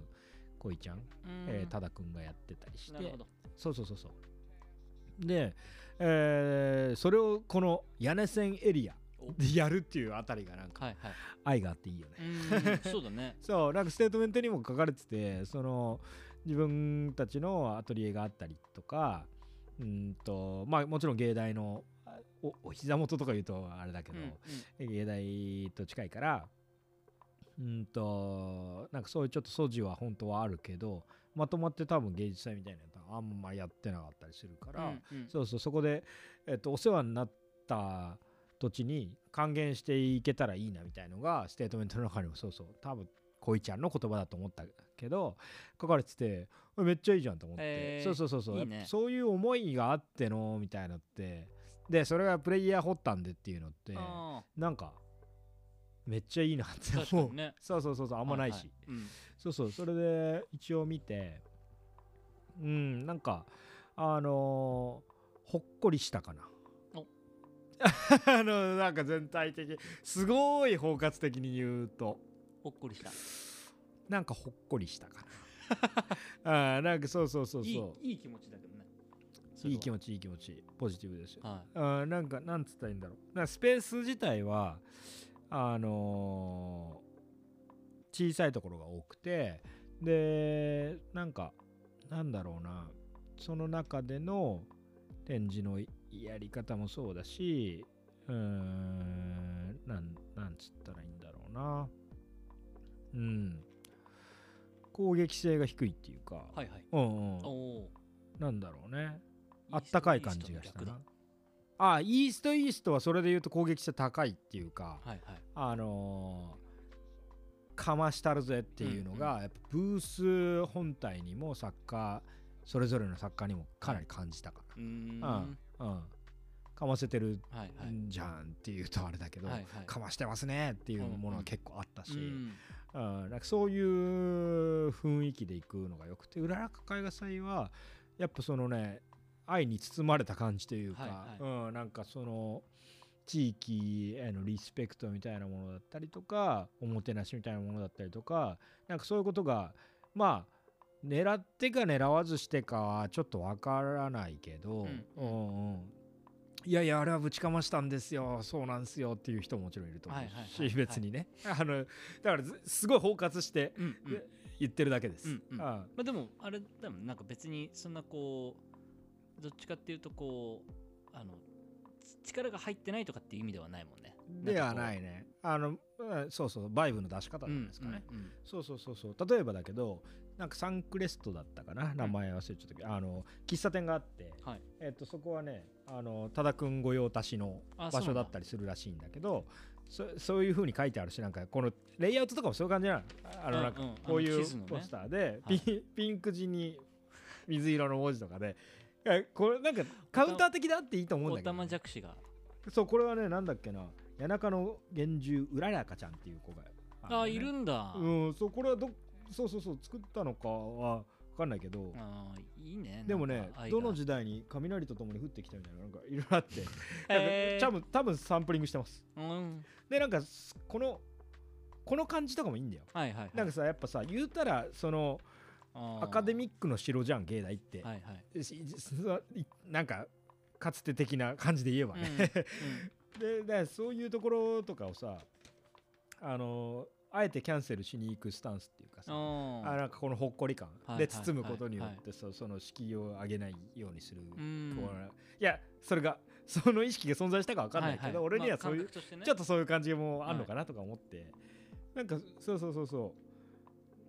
S4: こいちゃん、
S5: うん
S4: えー、ただくんがやってたりして
S5: なるほど
S4: そうそうそうそうで、えーそれをこの屋根線エリアでやるっていうあたりがなんか
S5: はいはい
S4: 愛があっていいよね
S5: うーんそうだね
S4: そうなんかステートメントにも書かれててその自分たちのアトリエがあったりとかうんとまあもちろん芸大のあおお膝元とか言うとあれ だけ
S5: うん
S4: ど、
S5: うん
S4: 芸大と近いからうんとなんかそういうちょっと素地は本当はあるけどまとまって多分芸術祭みたいなのはあんまやってなかったりするから、
S5: うんうん
S4: そうそうそこで、えっと、お世話になった土地に還元していけたらいいなみたいのがステートメントの中にもそうそう多分恋ちゃんの言葉だと思ったけど書かれててめっちゃいいじゃんと思って、
S5: へー
S4: そうそうそうそう
S5: いいね
S4: やっぱそういう思いがあってのみたいなってでそれがプレイヤー掘ったんでっていうのって。
S5: あ
S4: なんかめっちゃいいなって
S5: 確か
S4: 思う、
S5: にね
S4: そうそうそうそうあ
S5: あ
S4: んまないし、
S5: うん
S4: そうそうそれで一応見てうんなんかあのーほっこりしたかな
S5: お
S4: あのなんか全体的すごい包括的に言うと
S5: ほっこりした
S4: なんかほっこりしたか なあーなんかそうそうそうそういい
S5: いいいい気持ちだけどね
S4: 気
S5: 持ち
S4: 持ちいい気持ちポジティブですよ
S5: は
S4: あーなんかなんつったらいいんだろうなんかスペース自体はあのー小さいところが多くてでなんかなんだろうなその中での展示のやり方もそうだしうーんなんなんつったらいいんだろうなうん攻撃性が低いっていうか、
S5: はいはい。
S4: うんうん
S5: おお
S4: なんだろうね
S5: ー。
S4: あったかい感じがしたなああイーストイーストはそれで言うと攻撃性高いっていうか、
S5: はいはい。
S4: あのーかましたるぜっていうのが、やっぱブース本体にも作家それぞれの作家にもかなり感じたか
S5: うーん。
S4: ら、う
S5: は
S4: んうんかませてる
S5: いはい。
S4: んじゃんっていうとあれだけど、
S5: はいはい
S4: かましてますねっていうものは結構あったし、
S5: うん
S4: うん、なんかそういう雰囲気で行くのがよくて浦和絵画祭はやっぱそのね愛に包まれた感じというか、
S5: はい
S4: うん、なんかその地域へのリスペクトみたいなものだったりとかおもてなしみたいなものだったりとかなんかそういうことがまあ狙ってか狙わずしてかはちょっとわからないけど、
S5: うん
S4: うんうんいやいやあれはぶちかましたんですよそうなんですよっていう人ももちろんいると思うし、
S5: はいはいはいはい
S4: 別にねあのだからずすごい包括して
S5: うんうん
S4: で言ってるだけです。
S5: うんうん
S4: あ
S5: まあでもあれでもんなんか別にそんなこうどっちかっていうとこうあのつ力が入ってないとかっていう意味ではないもんね。
S4: ではないいね。あのうんそうそうバイブの出し方
S5: う
S4: じゃない
S5: ん
S4: ですかね。
S5: うんうん
S4: そうそうそうそう例えばだけどなんかサンクレストだったかな名前忘れちゃったけど、あの喫茶店があって、
S5: はい
S4: えっとそこはねあの多田くん御用達の
S5: あ
S4: 場
S5: そう
S4: 所
S5: な
S4: だ
S5: んだ
S4: ったりするらしいんだけどそそういうふうに書いてあるしなんかこのレイアウトとかもそういう感じなのああ
S5: う
S4: の
S5: ん
S4: なんか
S5: うん
S4: こうい
S5: あの
S4: う
S5: 地図のね
S4: ポスターで、
S5: はい
S4: ピンピンク地に水色の文字とかで。いやこれなんかカウンター的だっていいと思うん
S5: お
S4: だけど
S5: た
S4: ね、
S5: まじゃくしが。
S4: そうこれはねなんだっけな谷中の源氏うららかちゃんっていう子が
S5: あ
S4: の
S5: あ
S4: ね
S5: いるんだ。
S4: うん、そうこれはどそうそうそう作ったのかは分かんないけど、
S5: ああいいね。
S4: でもねどの時
S5: 代
S4: 代に雷とともに降ってきたみたいななんかいろいろあって
S5: え
S4: 多分多分サンプリングしてます
S5: うん
S4: でなんかすこのこの感じとかもいいんだよ
S5: はいはいはい。
S4: なんかさやっぱさ言うたらそのアカデミックの城じゃん芸大って、
S5: ッはいはい。
S4: しそいなんかかつて的な感じで言えばね、 ででそういうところとかをさあのあえてキャンセルしに行くスタンスっていうかさ
S5: うん
S4: あなんかこのほっこり感
S5: はいはい
S4: で包むことによってそうその敷居を上げないようにする、
S5: う
S4: こ
S5: ん
S4: ういやそれがその意識が存在したか分かんないけど、
S5: はは
S4: 俺には
S5: まあ
S4: そういう、
S5: 感覚としてね
S4: ちょっとそういう感じもあるのかなとか思って、なんかそうそうそうそ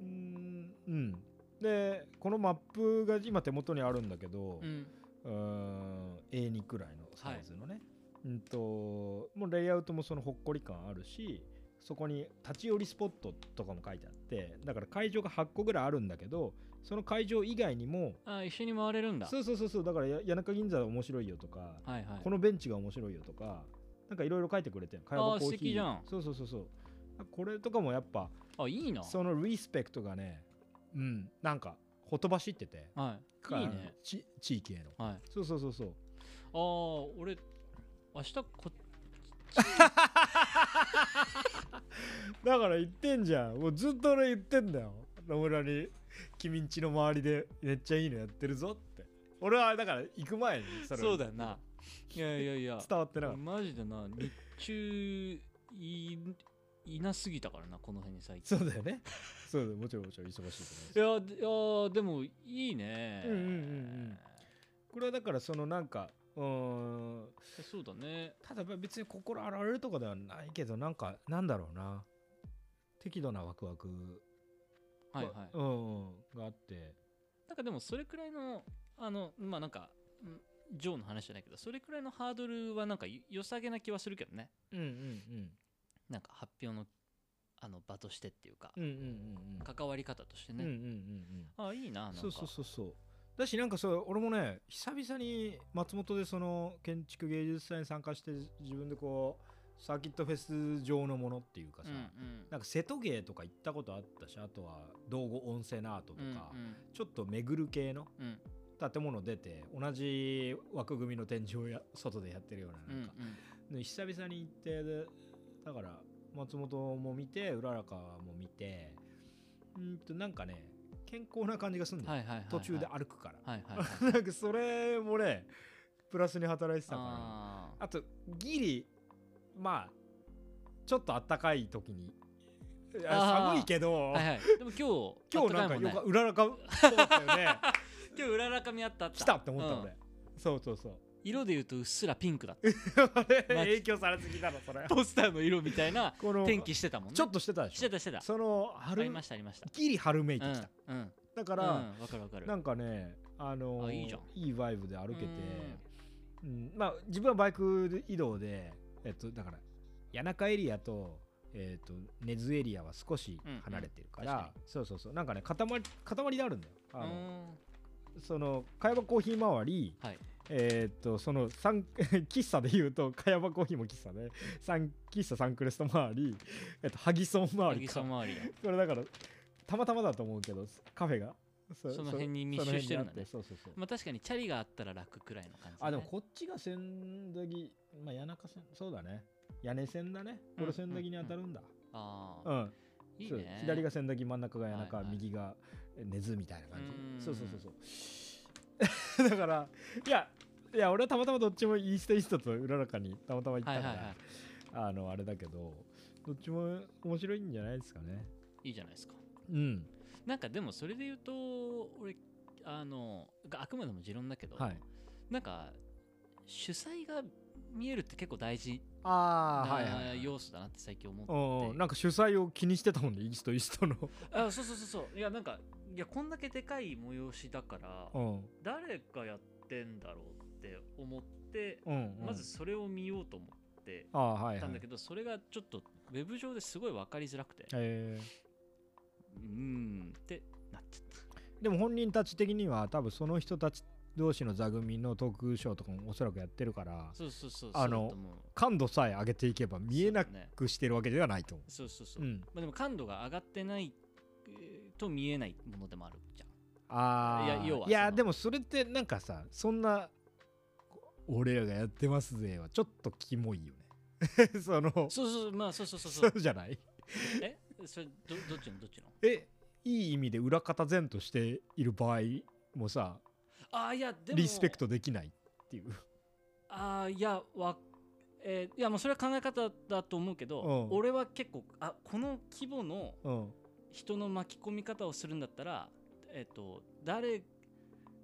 S4: ううーんうんでこのマップが今手元にあるんだけど、
S5: うん
S4: うーん A2 くらいのサイズのね、うんともうレイアウトもそのほっこり感あるしそこに立ち寄りスポットとかも書いてあってだから会場が8個ぐらいあるんだけどその会場以外にも
S5: ああ一緒に回れるんだ。
S4: そうそうそうそうだからや谷中銀座面白いよとか、
S5: はいはい。
S4: このベンチが面白いよとかなんかいろいろ書いてくれてん会
S5: あー素敵じゃん
S4: そうそうそうそうこれとかもやっぱ
S5: あいいな。
S4: そのリスペクトがねうんなんかほとばしってて
S5: はい。いいね。
S4: ち地域への
S5: はい。
S4: そうそうそうそう
S5: ああ俺明日こ
S4: だから言ってんじゃんもうずっと俺言ってんだよ野村に君んちの周りでめっちゃいいのやってるぞって俺はだから行く前にそれを
S5: よないやいやいや
S4: 伝わってなかった
S5: マジでな日中いいなすぎたからなこの辺に最近
S4: そうだよねそうだよもちろんもちろん忙しいと思う
S5: いやでいやーでもいいね
S4: うんうんうんこれはだからそのなんかうーん
S5: そうだね
S4: ただ別に心洗われるとかではないけどなんかなんだろうな適度なワクワク
S5: はいはい
S4: うんうんがあって
S5: なんかでもそれくらいのあのまあなんかんジョーの話じゃないけどそれくらいのハードルはなんかよ良さげな気はするけどね
S4: うんうん
S5: なんか発表のあの場としてっていうか、
S4: うんうんうんうんうん
S5: 関わり方として
S4: うんうんう
S5: ね、
S4: ん
S5: ああいいななんか
S4: そうそうそうそうだしなんかそう俺もね久々に松本でその建築芸術祭に参加して自分でこうサーキットフェス上のものっていうかさ、
S5: うんうん
S4: なんか瀬戸芸とか行ったことあったしあとは道後温泉アートとか、
S5: うん
S4: ちょっと巡る系の
S5: うんうん
S4: 建物出て同じ枠組みの天井をや外でやってるようななんか、で久々に行ってでだから松本も見てうららかも見てうんとなんかね健康な感じがするん
S5: うん
S4: だよ、
S5: はいはいはいはい
S4: 途中で歩くから、
S5: はいはいはい
S4: なんかそれもねプラスに働いてたからあ
S5: あー
S4: とギリまあちょっと暖かい時にいや
S5: あー
S4: 寒いけど、
S5: はいはいでも今日
S4: 今日なんか
S5: あったいも
S4: よ
S5: ね
S4: かうららかそうだったよね
S5: 今日裏中身あったあった
S4: 来たって思った
S5: うん
S4: 俺、そうそうそう
S5: 色で言うとうっすらピンクだった
S4: 影響されすぎだろそれ
S5: ポスターの色みたいな
S4: この
S5: 天気してたもんね
S4: ちょっとしてたで
S5: し
S4: しょ
S5: てたしてた
S4: その
S5: あ
S4: 春
S5: りましたありました
S4: ギリ春めいて
S5: う
S4: き
S5: ん
S4: た、
S5: うん
S4: だか
S5: うん
S4: ら、
S5: わかるわかる
S4: なんかねあの
S5: あいいじゃん
S4: バイブで歩けて、うんまあ自分はバイク移動でえっとだから谷中エリアとえっと根津エリアは少し
S5: うんうん
S4: 離れてるか
S5: 確
S4: ら
S5: か、
S4: そうそうそうなんかね塊塊であるんだよあ
S5: うんう
S4: の、
S5: ん
S4: その茅場コーヒー周り
S5: はい
S4: えーっとその三 喫茶で言うと茅場コーヒーも喫茶で、三喫茶サンクレスト周り、えっと、萩村周り
S5: 渚
S4: か
S5: 周りだ
S4: これだからたまたまだと思うけどカフェがそ
S5: その辺に密集
S4: その辺
S5: してるんだね
S4: にあってそうそうそう
S5: まあ確かにチャリがあったら楽くらいの感じだね
S4: あでもこっちが千駄木まあ谷中線そうだね屋根線だね
S5: うん
S4: これ千駄木に当たるんだ
S5: あ
S4: う
S5: あ
S4: ん、
S5: いい
S4: そう
S5: ね
S4: 左が千駄木真ん中が谷中、
S5: はいはい
S4: 右が根津みたいな感
S5: うん
S4: じそうそうそうそう だからいやいや俺はたまたまどっちもイーストイーストと裏中にたまたま行った
S5: はい
S4: か
S5: はい
S4: ら、
S5: は
S4: あのあれだけどどっちも面白いんじゃないですかね
S5: いいいじゃないですか
S4: うん
S5: なんかでもそれで言うと俺あのがあくまでも持論だけど、
S4: はい
S5: なんか主催が見えるって結構大事
S4: ああはいはい
S5: な
S4: はい
S5: 要素だなって最近思って、
S4: うんなんか主催を気にしてたもんねイーストイーストの
S5: あそうそうそうそういやなんかいやこんだけでかい催しだから、
S4: うん
S5: 誰がやってんだろうって思って、
S4: うん、うん、
S5: まずそれを見ようと思って
S4: ああはい
S5: た
S4: は
S5: んだ
S4: い
S5: けど、それがちょっとウェブ上ですごい分かりづらくて、
S4: えー
S5: うーんってなっちゃった
S4: でも本人たち的には多分その人たち同士の座組のトークショーとかもおそらくやってるから
S5: そうそうそう
S4: あの
S5: そうだと思う
S4: 感度さえ上げていけば見えな
S5: そうだね
S4: くしてるわけではないと思
S5: そうそうそう
S4: う。うん、
S5: まあ、でも感度が上がってないえーと見えないものでもあるじゃん。
S4: ああ
S5: いや要はい
S4: や
S5: その
S4: でもそれってなんかさそんな「俺らがやってますぜ」はちょっとキモいよね その
S5: そうそうそう、まあそうそうそ うそう。
S4: じゃない
S5: えそれどどっちのどっちの
S4: えいい意味で裏方善としている場合もさ
S5: ああいやでも
S4: リスペクトできないっていう
S5: ああいやわえーいやもうそれは考え方だと思うけど、
S4: うん
S5: 俺は結構あこの規模の
S4: うん
S5: 人の巻き込み方をするんだったらえっ、と誰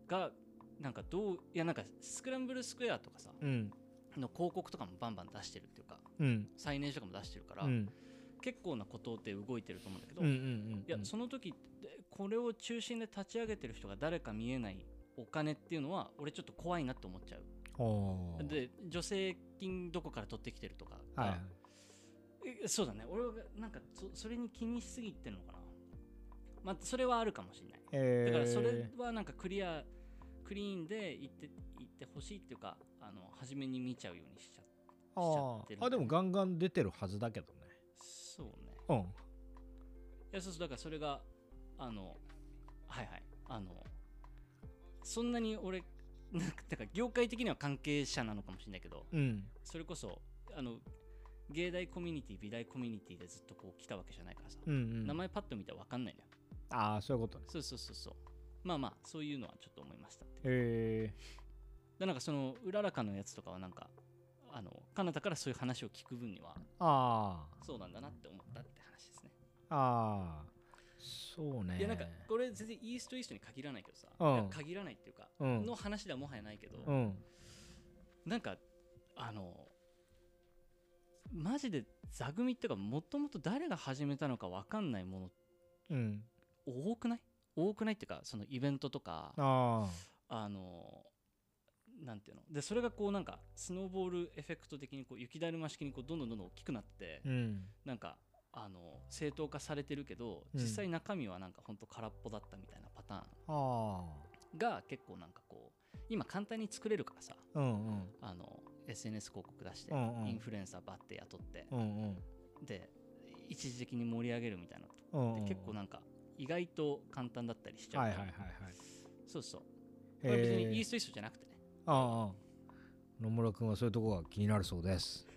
S5: がなんかどういやなんかスクランブルスクエアとかさ
S4: うん
S5: の広告とかもバンバン出してるっていうか
S4: うん
S5: サイネージとかも出してるから、
S4: うんうん
S5: 結構なことで動いてると思うんだけど、
S4: うんうん
S5: いやその時ってこれを中心で立ち上げてる人が誰か見えないお金っていうのは俺ちょっと怖いなって思っちゃう
S4: あー
S5: で助成金どこから取ってきてるとかが、
S4: はいはい
S5: えそうだね俺はなんかそそれに気にしすぎてるのかなまあそれはあるかもしれない
S4: え
S5: だ
S4: ー
S5: からそれはなんかクリアクリーンで言って言ってほしいっていうかあの初めに見ちゃうようにしちゃう
S4: あ
S5: ゃってる
S4: ーあでもガンガン出てるはずだけどね
S5: そうね
S4: うん
S5: いやそうそうだからそれがあのはいはいあのそんなに俺なんかだから業界的には関係者なのかもしれないけど
S4: うん
S5: それこそあの芸大コミュニティ美大コミュニティでずっとこう来たわけじゃないからさ、
S4: うんうん
S5: 名前パッと見たら分かんないのよ
S4: ああそういうことね
S5: そうそうそうそうまあまあそういうのはちょっと思いましたって
S4: へえ
S5: でなんかそのうららかのやつとかはなんかあのかなたからそういう話を聞く分には
S4: あ
S5: そうなんだなって思ったって話ですね
S4: あああそうね
S5: いやなんかこれ全然イーストイーストに限らないけどさ、
S4: うん
S5: いや限らないっていうか、
S4: うん
S5: の話ではもはやないけど、
S4: うん
S5: なんかあのマジで座組っていうかもともと誰が始めたのか分かんないもの
S4: うん
S5: 多くない多くないっていうかそのイベントとかあ
S4: あ
S5: のなんていうのでそれがこうなんかスノーボールエフェクト的にこう雪だるま式にこうどんどんどんどん大きくなって、
S4: あうん
S5: なんかあの正当化されてるけど
S4: うん
S5: 実際中身はなんかほんと空っぽだったみたいなパターン
S4: あ
S5: が結構なんかこう今簡単に作れるからさ
S4: あうんうん
S5: あの SNS 広告出して、
S4: うんうん
S5: インフルエンサーバッて雇って、
S4: うんうん
S5: で一時的に盛り上げるみたいなのと
S4: うん
S5: で
S4: うん
S5: 結構なんか意外と簡単だったりしちゃう
S4: は
S5: か
S4: い
S5: ら、
S4: はいはいはい
S5: そうそうこ
S4: へ
S5: れ別にイー
S4: え
S5: ストイーストじゃなくてね
S4: ああ野村君はそういうとこが気になるそうです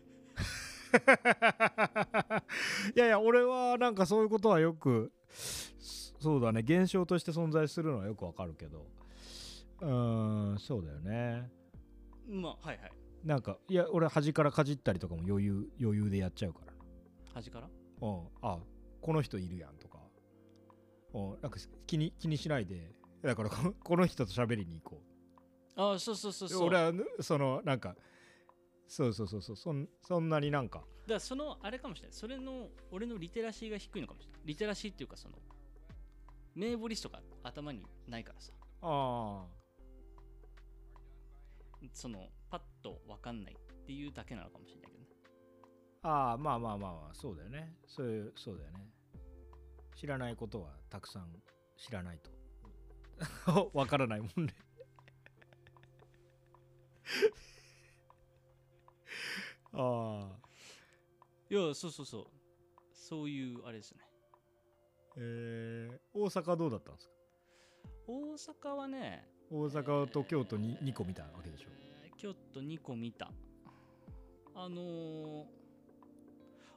S4: いやいや俺はなんかそういうことはよくそうだね現象として存在するのはよくわかるけどうーんそうだよね
S5: まあはいはい
S4: なんかいや俺端からかじったりとかも余裕余裕でやっちゃうから
S5: 端から
S4: うん、あこの人いるやんとか、うん、なんか気に気にしないでだからこのこの人と喋りに行こう
S5: あそうそうそうそう
S4: 俺
S5: だか
S4: はそのなんかそうそうそうそうそんそんなになんから
S5: そのあれかもしれないそれの俺のリテラシーが低いのかもしれないリテラシーっていうかその名簿リストが頭にないからさ
S4: あ
S5: そのパッと分かんないっていうだけなのかもしれないけどね
S4: あああまあまあまあまあそうだよねそういうそうだよね知らないことはたくさん知らないと わからないもんねああ
S5: いやそうそうそうそういうあれですね
S4: えー、大阪どうだったんですか
S5: 大阪はね
S4: 大阪と京都に2個見たわけでしょ
S5: えー京都2個見たあのー、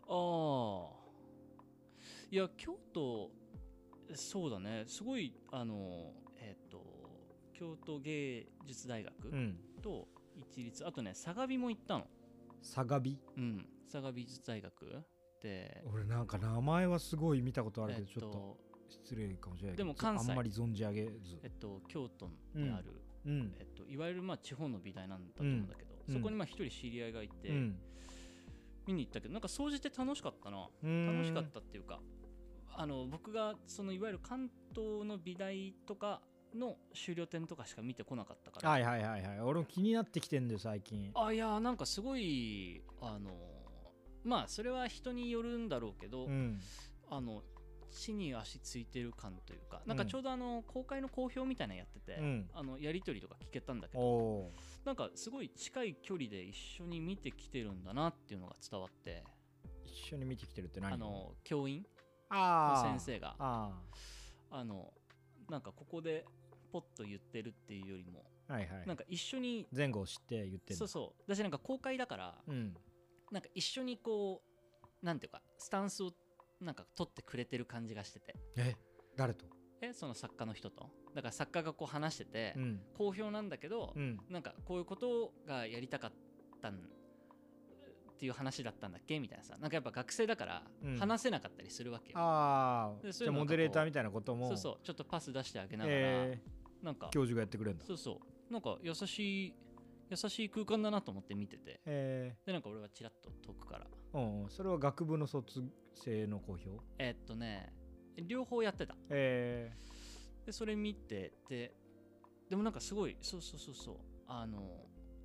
S5: ああいや京都そうだねすごいあのーえっ、と京都芸術大学
S4: うん
S5: と一律、あとね相模も行ったの
S4: 相模
S5: うん佐賀美術大学で
S4: 俺なんか名前はすごい見たことあるけどちょっと
S5: と
S4: 失礼かもしれないけ
S5: で
S4: ど
S5: も関西
S4: あんまり存じ上げず
S5: えっと京都にある、
S4: うん
S5: えっと、いわゆるまあ地方の美大なんだと思うんだけ
S4: う
S5: ど、
S4: ん
S5: そこにまあ一人知り合いがいて、
S4: うん
S5: 見に行ったけどなんか掃除って楽しかったな
S4: うん
S5: 楽しかったっていうかあの僕がそのいわゆる関東の美大とかの終了点とかしか見てこなかったから、
S4: はいはいはいはい俺も気になってきてんだよ最近
S5: あいやなんかすごいあのまあそれは人によるんだろうけど、
S4: うん
S5: あの地に足ついてる感というかなんか
S4: うん
S5: ちょうどあの公開の公表みたいなのやってて、
S4: うん
S5: あのやり取りとか聞けたんだけ
S4: お
S5: ど
S4: お
S5: なんかすごい近い距離で一緒に見てきてるんだなっていうのが伝わって
S4: ー一緒に見てきてるって何
S5: あの教員の
S4: あー
S5: 先生が
S4: あ
S5: あのなんかここでポッと言ってるっていうよりも、
S4: あはいはい
S5: なんか一緒に
S4: 前後を知って言ってる
S5: そうそう私なんか公開だから、
S4: うん
S5: なんか一緒にこうなんていうかスタンスをなんか取ってくれてる感じがしてて
S4: え誰と
S5: えその作家の人とだから作家がこう話してて、
S4: うん
S5: 好評なんだけど、
S4: うん
S5: なんかこういうことがやりたかったんっていう話だったんだっけみたいなさなんかやっぱ学生だから
S4: うん
S5: 話せなかったりするわけよ、
S4: ああ
S5: で
S4: じ
S5: そう
S4: ゃあ
S5: いう
S4: モ
S5: のなんかこう
S4: デレーターみたいなことも
S5: そうそうちょっとパス出してあげながら、
S4: え
S5: なんか
S4: ー教授がやってくれるんだ
S5: そうそうなんか優しい優しい空間だなと思って見てて
S4: え
S5: でなんか俺はチラッと遠くから
S4: ーうんうんそれは学部の卒生の公表
S5: えーっとね両方やってた
S4: えー
S5: でそれ見てででもなんかすごいそうそうそうそうあの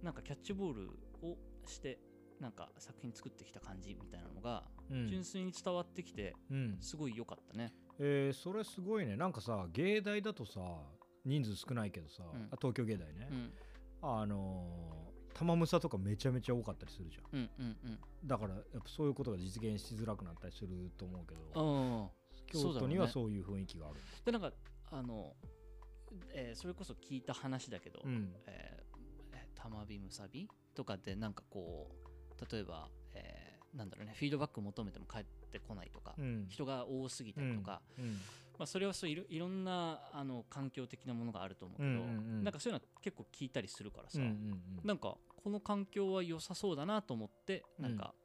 S5: なんかキャッチボールをしてなんか作品作ってきた感じみたいなのが
S4: うん
S5: 純粋に伝わってきて
S4: うん、
S5: すごい良かったね、
S4: えーそれすごいねなんかさ芸大だとさ人数少ないけどさ、
S5: うん
S4: あ東京芸大ね、
S5: うん、
S4: あのー玉むさとかめちゃめちゃ多かったりするじゃん
S5: うんうんうん
S4: だからやっぱそういうことが実現しづらくなったりすると思うけど
S5: あ
S4: 京都にはそうういう雰囲気がある
S5: だろうねでなんかあの、えーそれこそ聞いた話だけど、
S4: うん
S5: えーえー、たまびむさびとかでなんかこう例えば、えーなんだろうねフィードバック求めても返ってこないとか、
S4: うん
S5: 人が多すぎたりとか、
S4: うん
S5: まあ、それはそういろいろんなあの環境的なものがあると思うけど、
S4: うんうんうん
S5: なんかそういうのは結構聞いたりするから
S4: う
S5: さ、
S4: んうんうん
S5: なんかこの環境は良さそうだなと思って
S4: うん
S5: なんか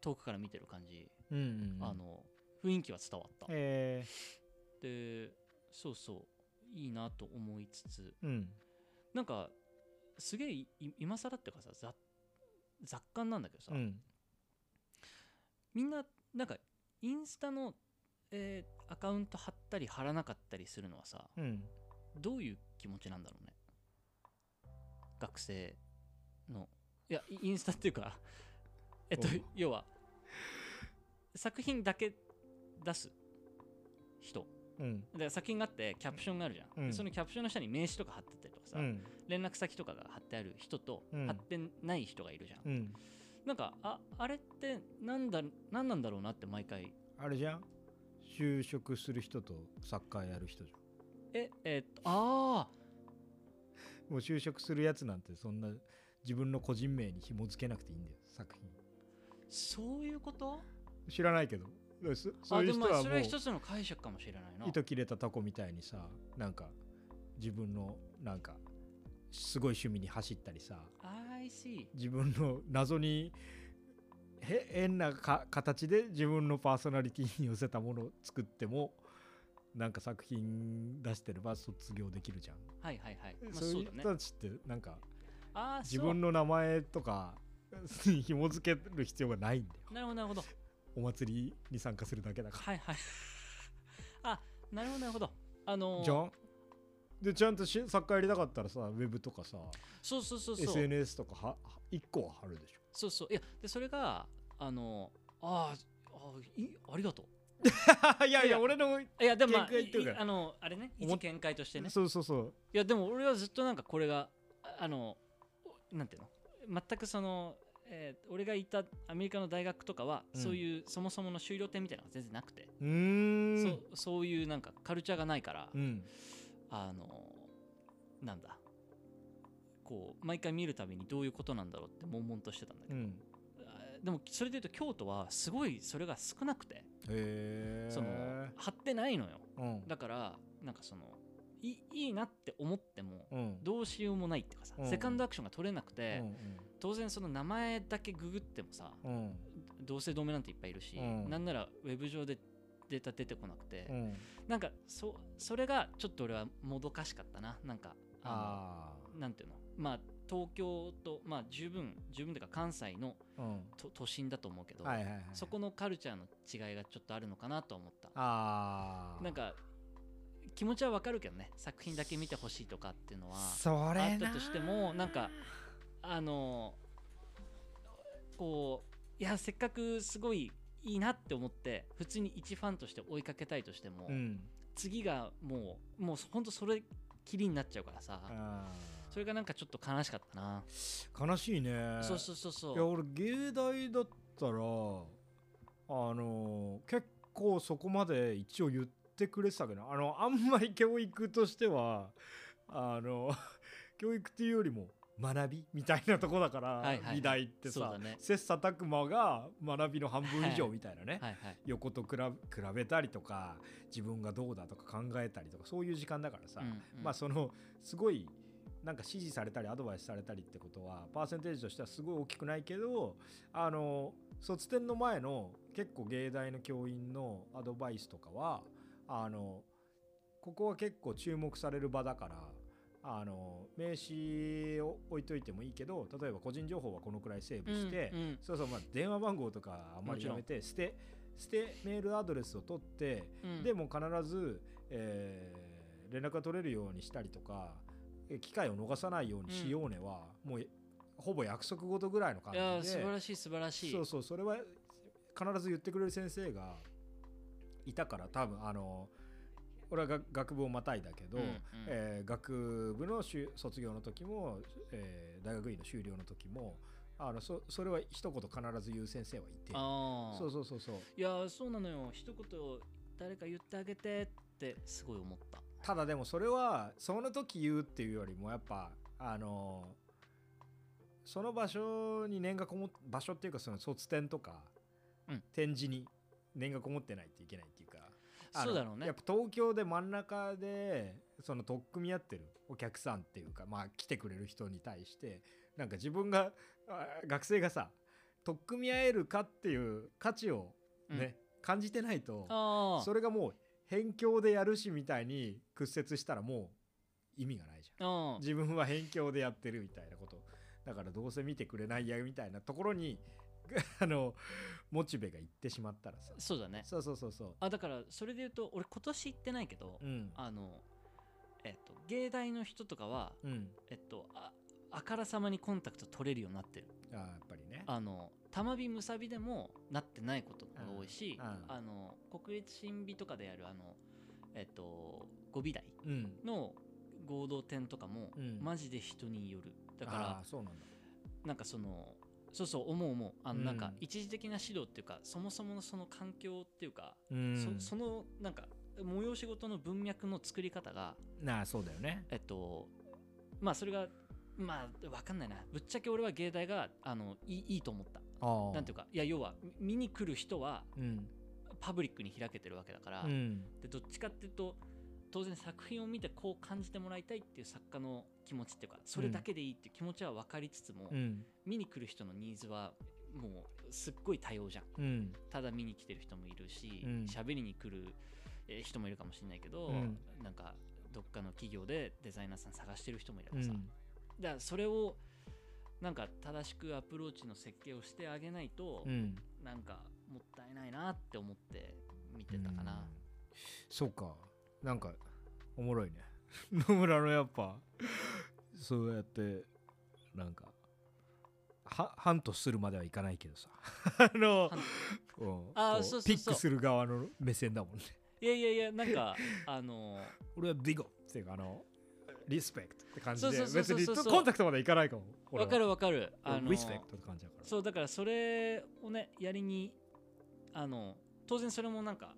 S5: 遠くから見てる感じ、
S4: うんうんうん
S5: あの雰囲気は伝わった、
S4: え
S5: でそうそういいなと思いつつ
S4: ーうん
S5: なんかすげえい今更っていうかさ雑雑感なんだけどさ、
S4: うん
S5: みんななんかインスタの、えーアカウント貼ったり貼らなかったりするのはさ
S4: うん
S5: どういう気持ちなんだろうね学生のいやイインスタっていうか えっと
S4: おう
S5: 要は作品だけ出す人
S4: うん
S5: で作品があってキャプションがあるじゃん、
S4: うん
S5: でそのキャプションの下に名刺とか貼ってたりとかさ、
S4: うん
S5: 連絡先とかが貼ってある人と、
S4: うん
S5: 貼ってない人がいるじゃん、
S4: うん
S5: なんかああれってなんだなんなんだろうなって毎回
S4: あれじゃん就職する人とサッカーやる人じゃん
S5: ええっとあ
S4: もう就職するやつなんてそんな自分の個人名に紐付けなくていいんだよ作品
S5: あそういうこと
S4: 知らないけどそそういう
S5: あで
S4: 人
S5: もまあ
S4: は
S5: そ
S4: も
S5: れは
S4: う
S5: 一つの解釈かもしれないな
S4: 糸切れたタコみたいにさなんか自分のなんかすごい趣味に走ったりさ
S5: I see
S4: 自分の謎にへ変なか形で自分のパーソナリティに寄せたものを作ってもなんか作品出してれば卒業できるじゃん
S5: はいはいはい。まあ、
S4: そう
S5: そ
S4: いう
S5: うだね
S4: 人。たちってなんか
S5: ああ、
S4: 自
S5: そう
S4: 分の名前とか 紐付ける必要がないんだよ
S5: なるほどなるほど。
S4: お祭りに参加するだけだか
S5: はいはい。 あ、なるほどなるほど。あの
S4: ら
S5: ー
S4: じゃんでちゃんとし作家やりたかったらさウェブとかさ
S5: そうそうそうそう。
S4: SNS とかは1個は貼るでしょ
S5: そうそう。いや、で、それが、あのーあーあーいいありがと
S4: いやい
S5: い
S4: や
S5: や
S4: 俺の、
S5: う。いや、でも、まあ、
S4: 見解っていうか
S5: いいあのあれね、
S4: 思っ
S5: 一見解としてね。
S4: そうそうそう
S5: いやでも俺はずっとなんかこれがああのなんていうの全くその、えー俺がいたアメリカの大学とかは、
S4: うん
S5: そういうそもそもの修了点みたいなのが全然なくて、
S4: うーん
S5: そそういうなんかカルチャーがないから、
S4: うん
S5: あのなんだこう毎回見るたびにどういうことなんだろうって悶々としてたんだけ
S4: う
S5: ど、
S4: ん
S5: あでもそれで言うと京都はすごいそれが少なくて
S4: へえ
S5: その貼ってないのよ
S4: うん
S5: だからなんかそのいいいなって思っても、
S4: うん
S5: どうしようもないっていうかさ、
S4: うん
S5: セカンドアクションが取れなくて、
S4: うん
S5: 当然その名前だけググってもさ、
S4: うんうん
S5: 同姓同名なんていっぱいいるし、
S4: うん
S5: なんならウェブ上でデータ出てこなくて、
S4: うん
S5: なんかそそれがちょっと俺はもどかしかったななんかあ
S4: あ
S5: のなんていうのまあ東京とまあ十分十分というか関西の
S4: あうん
S5: 都都心だと思うけど、
S4: はいはいはい
S5: そこのカルチャーの違いがちょっとあるのかなとは思った
S4: ああ
S5: なんか気持ちはわかるけどね作品だけ見てほしいとかっていうのは
S4: そ
S5: あ
S4: れ
S5: った
S4: な
S5: としてもなんかあのこういやせっかくすごいいいなって思って普通に一ファンとして追いかけたいとしても、
S4: うん
S5: 次がもうもうほんとそれきりになっちゃうからさ、
S4: あ
S5: それがなんかちょっと悲しかったな、
S4: ー悲しいね
S5: そうそうそうそ
S4: いや
S5: う
S4: 俺芸大だったらあの結構そこまで一応言ってくれてたけどあのあんまり教育としてはあの 教育っていうよりも学びみたいなとこだから、
S5: はいはいはい
S4: 美大って
S5: そう
S4: さ、
S5: だね
S4: 切磋琢磨が学びの半分以上みたいなね、
S5: はいはい
S4: 横と比べ比べたりとか自分がどうだとか考えたりとかそういう時間だからさ、
S5: うんうん
S4: まあそのすごいなんか支持されたりアドバイスされたりってことはパーセンテージとしてはすごい大きくないけどあの卒展の前の結構芸大の教員のアドバイスとかはあのここは結構注目される場だからあの名刺を置いといてもいいけど例えば個人情報はこのくらいセーブして、
S5: うんうん
S4: そうそう、まあ、電話番号とかあんまりやめて捨て捨てメールアドレスを取って、
S5: うん
S4: でもう必ず、えー連絡が取れるようにしたりとかえ機会を逃さないようにしようねは、もうえほぼ約束事ぐらいの感
S5: い
S4: じで
S5: や素晴らしい素晴らしい
S4: そうそうそれは必ず言ってくれる先生がいたから多分あの俺はが学部をまたいだけど、
S5: うんうん
S4: えー学部の修卒業の時も、えー大学院の修了の時もあのそそれは一言必ず言う先生はいて
S5: ああ
S4: そうそうそうそう
S5: いやそうなのよ一言誰か言ってあげてってすごい思った
S4: ただでもそれはその時言うっていうよりもやっぱあのその場所に念がこもっ場所っていうかその卒展とか、
S5: うん
S4: 展示に念がこもってないといけないっていうかあの
S5: そうだろうね
S4: やっぱ東京で真ん中でその取っ組み合ってるお客さんっていうかまあ来てくれる人に対してなんか自分があ学生がさ取っ組み合えるかっていう価値をね、感じてないと
S5: ああ
S4: それがもう辺境でやるしみたいに屈折したらもう意味がないじゃん
S5: あ
S4: 自分は辺境でやってるみたいなことだからどうせ見てくれないやみたいなところに あのモチベが行ってしまったらさ
S5: そうだね
S4: そうそうそうそ
S5: あだからそれで言うと俺今年行ってないけど、
S4: ううん
S5: あのえっと芸大の人とかは
S4: うん
S5: えっとああからさまにコンタクト取れるようになってる
S4: あーやっぱりね
S5: あの玉火むさびでもなってないことが多いし、
S4: うんうん
S5: あの国立新美とかでやるあのえっと五美大
S4: うん
S5: の合同展とかも、
S4: うん
S5: マジで人によるだ
S4: だ
S5: から
S4: そうなんだ
S5: なんかそのそうそう思う思うあの
S4: うん
S5: なんか一時的な指導っていうか、そもそものその環境っていうか、
S4: うん
S5: そそのなんか催し事の文脈の作り方が
S4: なあそうだよね
S5: えっとまあそれがまあわかんないなぶっちゃけ俺は芸大があのいいいいと思った
S4: ああ
S5: なんていうかいや要はみ見に来る人は
S4: うん
S5: パブリックに開けてるわけだから、
S4: うん
S5: でどっちかっていうと当然作品を見てこう感じてもらいたいっていう作家の気持ちっていうかそれだけでいいっていう気持ちは分かりつつも、
S4: うん
S5: 見に来る人のニーズはもうすっごい多様じゃん
S4: うん
S5: ただ見に来てる人もいるし
S4: うん
S5: 喋、りに来るえー人もいるかもしれないけど、
S4: うん
S5: なんかどっかの企業でデザイナーさん探してる人もいれ
S4: う
S5: ばさ、
S4: ん
S5: だからそれをなんか正しくアプローチの設計をしてあげないと、
S4: うん
S5: なんかもったいないなって思って見てたかな、
S4: そうかなんかおもろい ね野村のやっぱそうやってなんかはハントするまではいかないけどさ あの
S5: ハン、
S4: うん、
S5: あー
S4: こ
S5: そうそうそう
S4: ピックする側の目線だもんね
S5: いやいやいやな んかあの
S4: 俺はビゴっていうかあ のリスペクトって感じで
S5: そうそうそうそう
S4: 別に
S5: そう
S4: とコンタクトまでいかないかも
S5: わかるわかる
S4: あ
S5: あ
S4: の
S5: の
S4: リスペクトって感じだから
S5: そうだからそれをねやりにあの当然それもなんか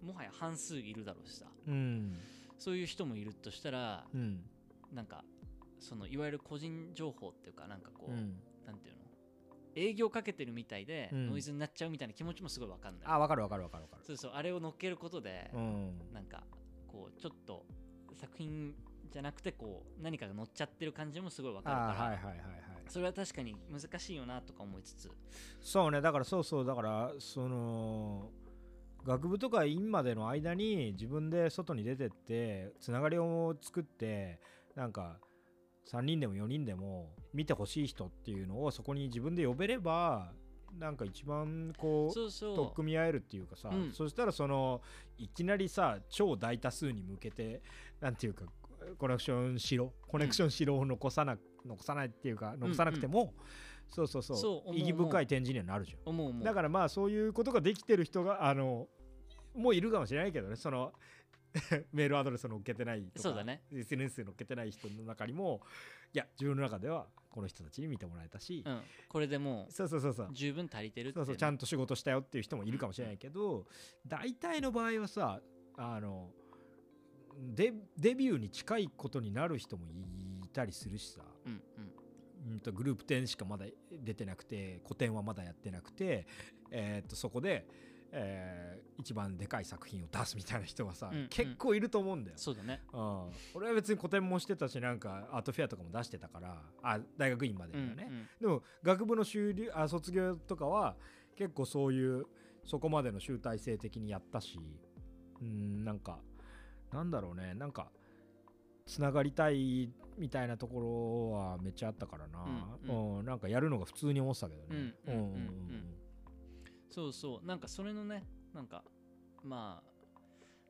S5: もはや半数いるだろうしさ
S4: うん
S5: そういう人もいるとしたら
S4: うん
S5: なんかそのいわゆる個人情報っていうかなんかこう、
S4: うん
S5: なんていうの営業かけてるみたいで
S4: うん
S5: ノイズになっちゃうみたいな気持ちもすごいわかんない、
S4: あわかるわかるわかるわかる
S5: そうそうあれを乗っけることで、
S4: うん
S5: なんかこうちょっと作品じゃなくてこう何かが乗っちゃってる感じもすごいわかる
S4: あ
S5: から、
S4: はいはいはいはい
S5: それは確かに難しいよなとか思いつつ
S4: そうねだからそうそうだからその学部とか院までの間に自分で外に出てってつながりを作ってなんか3人でも4人でも見てほしい人っていうのをそこに自分で呼べればなんか一番こう
S5: そうそう
S4: 取っ組み合えるっていうかさ、
S5: うん
S4: そしたらそのいきなりさ超大多数に向けてなんていうかコネクションしろコネクションしろを残さな残さないっていうか残さなくても、そうそうそう
S5: そう思う思う
S4: 意義深い展示にはなるじゃん。
S5: 思う思う
S4: だからまあそういうことができてる人があのもういるかもしれないけどねその メールアドレス載っけてないとか
S5: そうだね
S4: SNS 載っけてない人の中にもいや自分の中ではこの人たちに見てもらえたし、
S5: うん、これでも
S4: そうそうそうそう
S5: う十分足りてるって
S4: そ
S5: いうう
S4: そうちゃんと仕事したよっていう人もいるかもしれないけど大体の場合はさあのデデビューに近いことになる人もいたりするしさ、
S5: うんうん
S4: うんとグループ展しかまだ出てなくて個展はまだやってなくて、えーっとそこで、えー一番でかい作品を出すみたいな人はさ、
S5: うんうん
S4: 結構いると思うんだよ。
S5: そうだね
S4: うん、俺は別に個展もしてたしなんかアートフェアとかも出してたからあ大学院まで
S5: う
S4: に
S5: ん
S4: は
S5: う
S4: ね、
S5: ん
S4: でも学部の修了あ卒業とかは結構そういうそこまでの集大成的にやったしうんなんかなんだろうねなんかつながりたいみたいなところはめっちゃあったからな、
S5: うんう
S4: うんなんかやるのが普通に思ってたけどね。
S5: うんうんうんそうそうなんかそれのねなんかまあ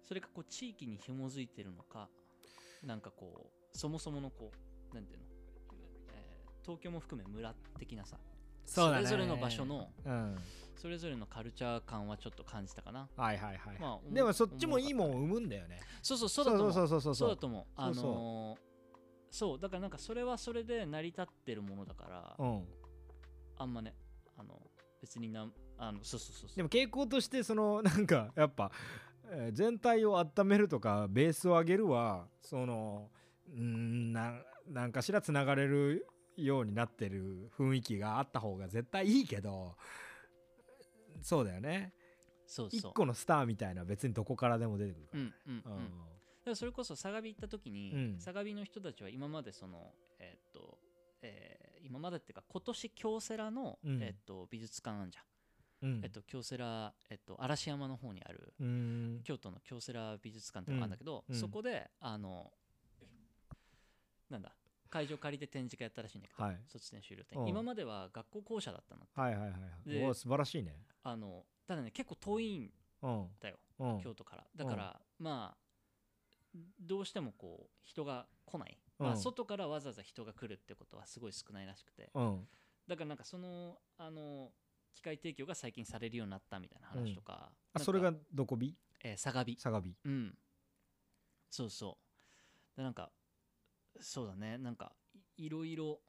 S5: それがこう地域に紐づいてるのかなんかこうそもそものこうなんていうの、えー東京も含め村的なさ
S4: そうだね
S5: れぞれの場所の
S4: うん
S5: それぞれのカルチャー感はちょっと感じたかな
S4: はいはいはい、
S5: まあおも
S4: でもそっちもいいもんを生むんだよね。
S5: そうそうそうだと思う
S4: そうそうそう
S5: そ
S4: そうう
S5: だと思うあ
S4: そうそう
S5: のーそうだからなんかそれはそれで成り立ってるものだから、
S4: うん、
S5: あんまねあの別になんあのそうそうそうそう
S4: でも傾向としてその なんかやっぱ、えー全体を温めるとかベースを上げるはそのうーんななんかしらつながれるようになってる雰囲気があった方が絶対いいけどそうだよね
S5: そう
S4: 一
S5: そう
S4: 個のスターみたいな別にどこからでも出てくるか
S5: う
S4: ら。
S5: んうんうん、だからそれこそ相模行った時に、
S4: うん
S5: 相模の人たちは今までそのえーっと、えー今までっていうか今年京セラの、
S4: うん
S5: えーっと美術館あんじゃ
S4: う
S5: ん、
S4: ん
S5: えーっと京セラ、えーっと嵐山の方にある
S4: うーん
S5: 京都の京セラ美術館ってのがあるんだけど、
S4: うんうん
S5: そこであのなんだ会場借りて展示会やったらしいんだけど、
S4: はい
S5: 卒展終了
S4: う
S5: 展
S4: ん
S5: 今までは学校校舎だったの
S4: はいはいはいはい
S5: で
S4: おー素晴らしいね
S5: あのただね結構遠いん
S4: うん
S5: だよ
S4: うん
S5: 京都からだから、まあどうしてもこう人が来ない、ま
S4: う
S5: あ、
S4: ん
S5: 外からわざわざ人が来るってことはすごい少ないらしくて
S4: うん
S5: だからなんかそのあの機械提供が最近されるようになったみたいな話とか,、
S4: あそれが、どこび
S5: えー、サガビ
S4: 相模
S5: うんそうそうでなんかそうだねなんかいいろいろ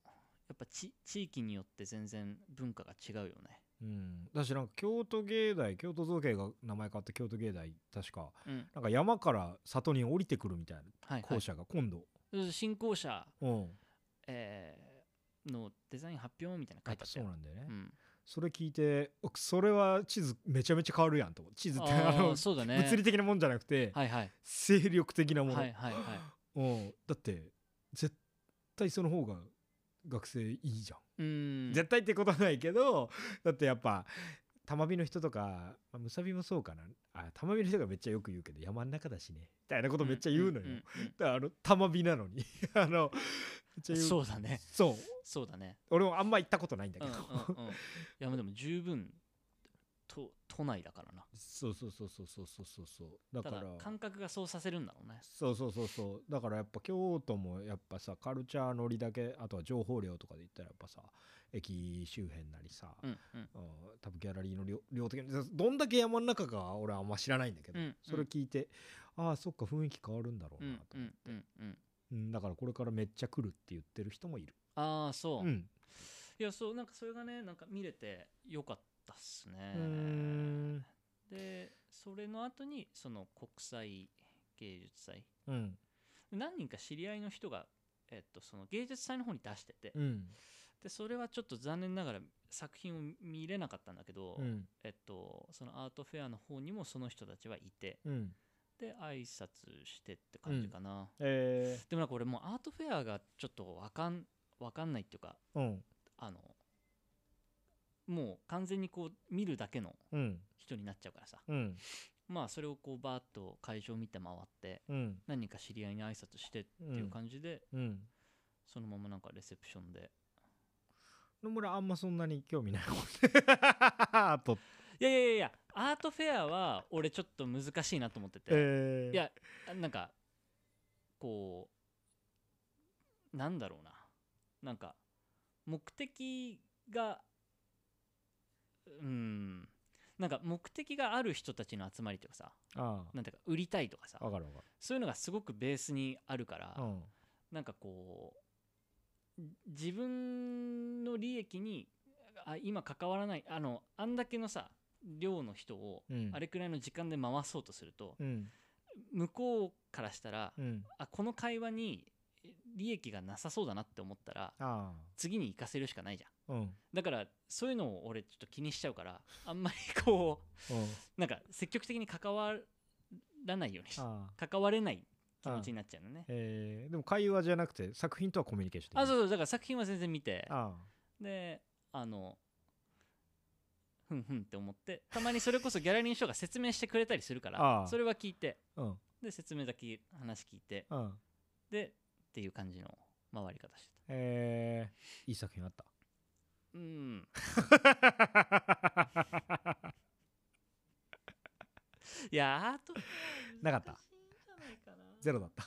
S5: やっぱち地域によって全然文化が違うよね
S4: うん、だしなんか京都芸大京都造形が名前変わって京都芸大確か
S5: うん
S4: なんか山から里に降りてくるみたいな
S5: はい、は
S4: 校
S5: い
S4: 舎が今度、
S5: そうそう、新校舎、
S4: うん
S5: えーのデザイン発表みたいなの書いてあった
S4: そう
S5: よ
S4: なんだよね、
S5: うん
S4: それ聞いておそれは地図めちゃめちゃ変わるやんと思う地図ってあ
S5: あ
S4: の
S5: ーそうだね
S4: 物理的なもんじゃなくて、
S5: はいはい
S4: 精力的なもの、
S5: はいはいはい
S4: うん、だって絶対その方が学生いいじゃん
S5: うん
S4: 絶対ってことはないけどだってやっぱ玉美の人とか、まあ、むさびもそうかなあ玉美の人がめっちゃよく言うけど山ん中だしねみたいなことめっちゃ言うのよ、
S5: んんうん
S4: だからあの玉美なのに あのめっちゃ言う
S5: そうだね。
S4: そう
S5: そうだね。
S4: 俺もあんま行ったことないんだけ
S5: うんう
S4: ど、
S5: んうん、いやまあでも十分と都内だからな。
S4: そうそうそうそうそうそうそうそうだ
S5: た
S4: から
S5: だ感覚がそうさせるんだろうね。
S4: そうそうそうそうだからやっぱ京都もやっぱさカルチャー乗りだけあとは情報量とかで言ったらやっぱさ駅周辺なりさ、
S5: うんうん
S4: うん多分ギャラリーの量量的にどんだけ山の中か俺はあんま知らないんだけど、
S5: うんうん
S4: それ聞いてああそっか雰囲気変わるんだろ
S5: う
S4: うなんと、
S5: うんうんう
S4: う
S5: ん。
S4: んだからこれからめっちゃ来るって言ってる人もいる、
S5: ああそうう、
S4: ん、
S5: いやそうなんかそれがねなんか見れてよかったっすね
S4: うー。ん
S5: でそれの後にその国際芸術祭
S4: うん
S5: 何人か知り合いの人が、えっと、その芸術祭の方に出してて、
S4: うん
S5: でそれはちょっと残念ながら作品を見れなかったんだけど、
S4: うん
S5: えっと、そのアートフェアの方にもその人たちはいて
S4: うん
S5: で挨拶してって感じかな、
S4: え
S5: でもなんか俺もうアートフェアがちょっとわかんわかんないっていうか
S4: ー、うん
S5: あのもう完全にこう見るだけの
S4: うん
S5: 人になっちゃうからさ
S4: うん
S5: まあそれをこうバーッと会場見て回って
S4: うん
S5: 何人か知り合いに挨拶してっていう感じで、
S4: うん
S5: そのままなんかレセプションで
S4: 野村あんまそんなに興味ないもんね あと
S5: いやいやいやいやアートフェアは俺ちょっと難しいなと思ってて、
S4: えー、
S5: いやなんかこうなんだろうななんか目的がうんなんか目的がある人たちの集まりとかさ
S4: あ
S5: なんていうか売りたいとかさ
S4: あわかるわか
S5: そういうのがすごくベースにあるから、
S4: るうん
S5: なんかこう自分の利益にあ今関わらないあのあんだけのさ量の人を
S4: うん
S5: あれくらいの時間で回そうとすると、
S4: うん
S5: 向こうからしたら、
S4: うん
S5: あこの会話に利益がなさそうだなって思ったら
S4: あ
S5: 次に行かせるしかないじゃん
S4: あうんうん
S5: だからそういうのを俺ちょっと気にしちゃうからあんまりこうなんか積極的に関わらないようにし
S4: ああ
S5: 関われない気持ちになっちゃうのね
S4: えー、でも会話じゃなくて作品とはコミュニケーションでき
S5: あ
S4: る
S5: そうそうだから作品は全然見て
S4: あ
S5: であのふんふんって思ってたまにそれこそ ギャラリーの人が説明してくれたりするか
S4: あ
S5: ら
S4: あ
S5: それは聞いて
S4: あうん
S5: で説明だけ話聞いて
S4: うん
S5: でっていう感じの回り方してた
S4: えー、いい作品あった
S5: うん。い や、アートフェア
S4: なかった
S5: 難しいんじゃないかな。
S4: ゼロだった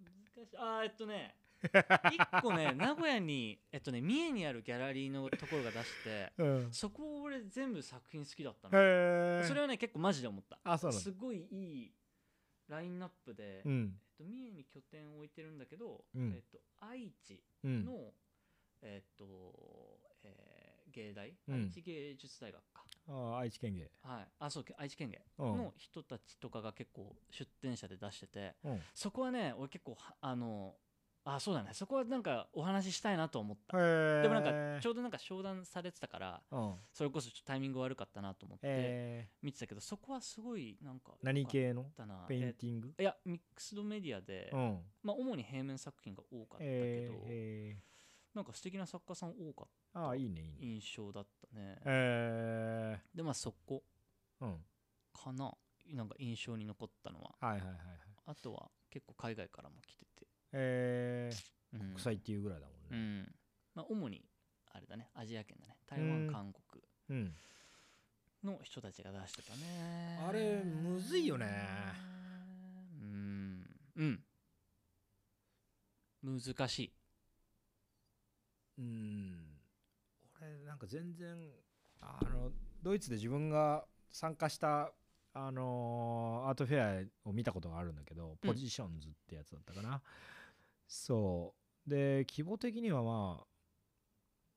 S5: 難しい。あー、えっとね、一個ね、名古屋に、えっとね、三重にあるギャラリーのところが出して、
S4: うん
S5: そこを俺全部作品好きだったの。
S4: へえ
S5: それはね、結構マジで思った。
S4: あそうなん
S5: す
S4: だ
S5: ごいいいラインナップで、
S4: う
S5: えっ
S4: ん
S5: と、三重に拠点を置いてるんだけど、
S4: うん
S5: えっと、愛知
S4: うん
S5: の、えっと、えー芸大、
S4: うん
S5: 愛知芸術大学か。
S4: ああ愛知県芸
S5: はい、あそうけ愛知県芸
S4: うん
S5: の人たちとかが結構出店者で出してて、
S4: うん
S5: そこはね俺結構はあのあそうだねそこはなんかお話ししたいなと思った、
S4: え
S5: でもなんかち
S4: ょ
S5: ょうどなんか商談されてたから
S4: うん
S5: それこそちょっとタイミング悪かったなと思って
S4: え
S5: 見てたけど、そこはすごいなんか
S4: ー、何
S5: 良か
S4: 系の
S5: ったな
S4: ペイ
S5: え
S4: ンティング、
S5: いやミックスドメディアで、
S4: うん
S5: まあ、主に平面作品が多かったけど、
S4: えー、え
S5: なんか素敵な作家さん多かっ
S4: ー、ああいいねいいね
S5: た印象だったね、
S4: え
S5: でまあそこ
S4: ー、うん
S5: かななんか印象に残ったのは
S4: はいはいはいはい
S5: あとは結構海外からも来てて、
S4: え
S5: うん
S4: ー、国際っていうぐらいだもん
S5: う
S4: ね
S5: んまあ、主にあれだねアジア圏だね台湾
S4: うん
S5: 韓国
S4: うん、
S5: の人たちが出してたね
S4: あれむずいよね
S5: うんうん難しい
S4: うん、俺なんか全然あのドイツで自分が参加したあのーアートフェアを見たことがあるんだけど、
S5: うん
S4: ポジションズってやつだったかなそうで規模的にはまあ、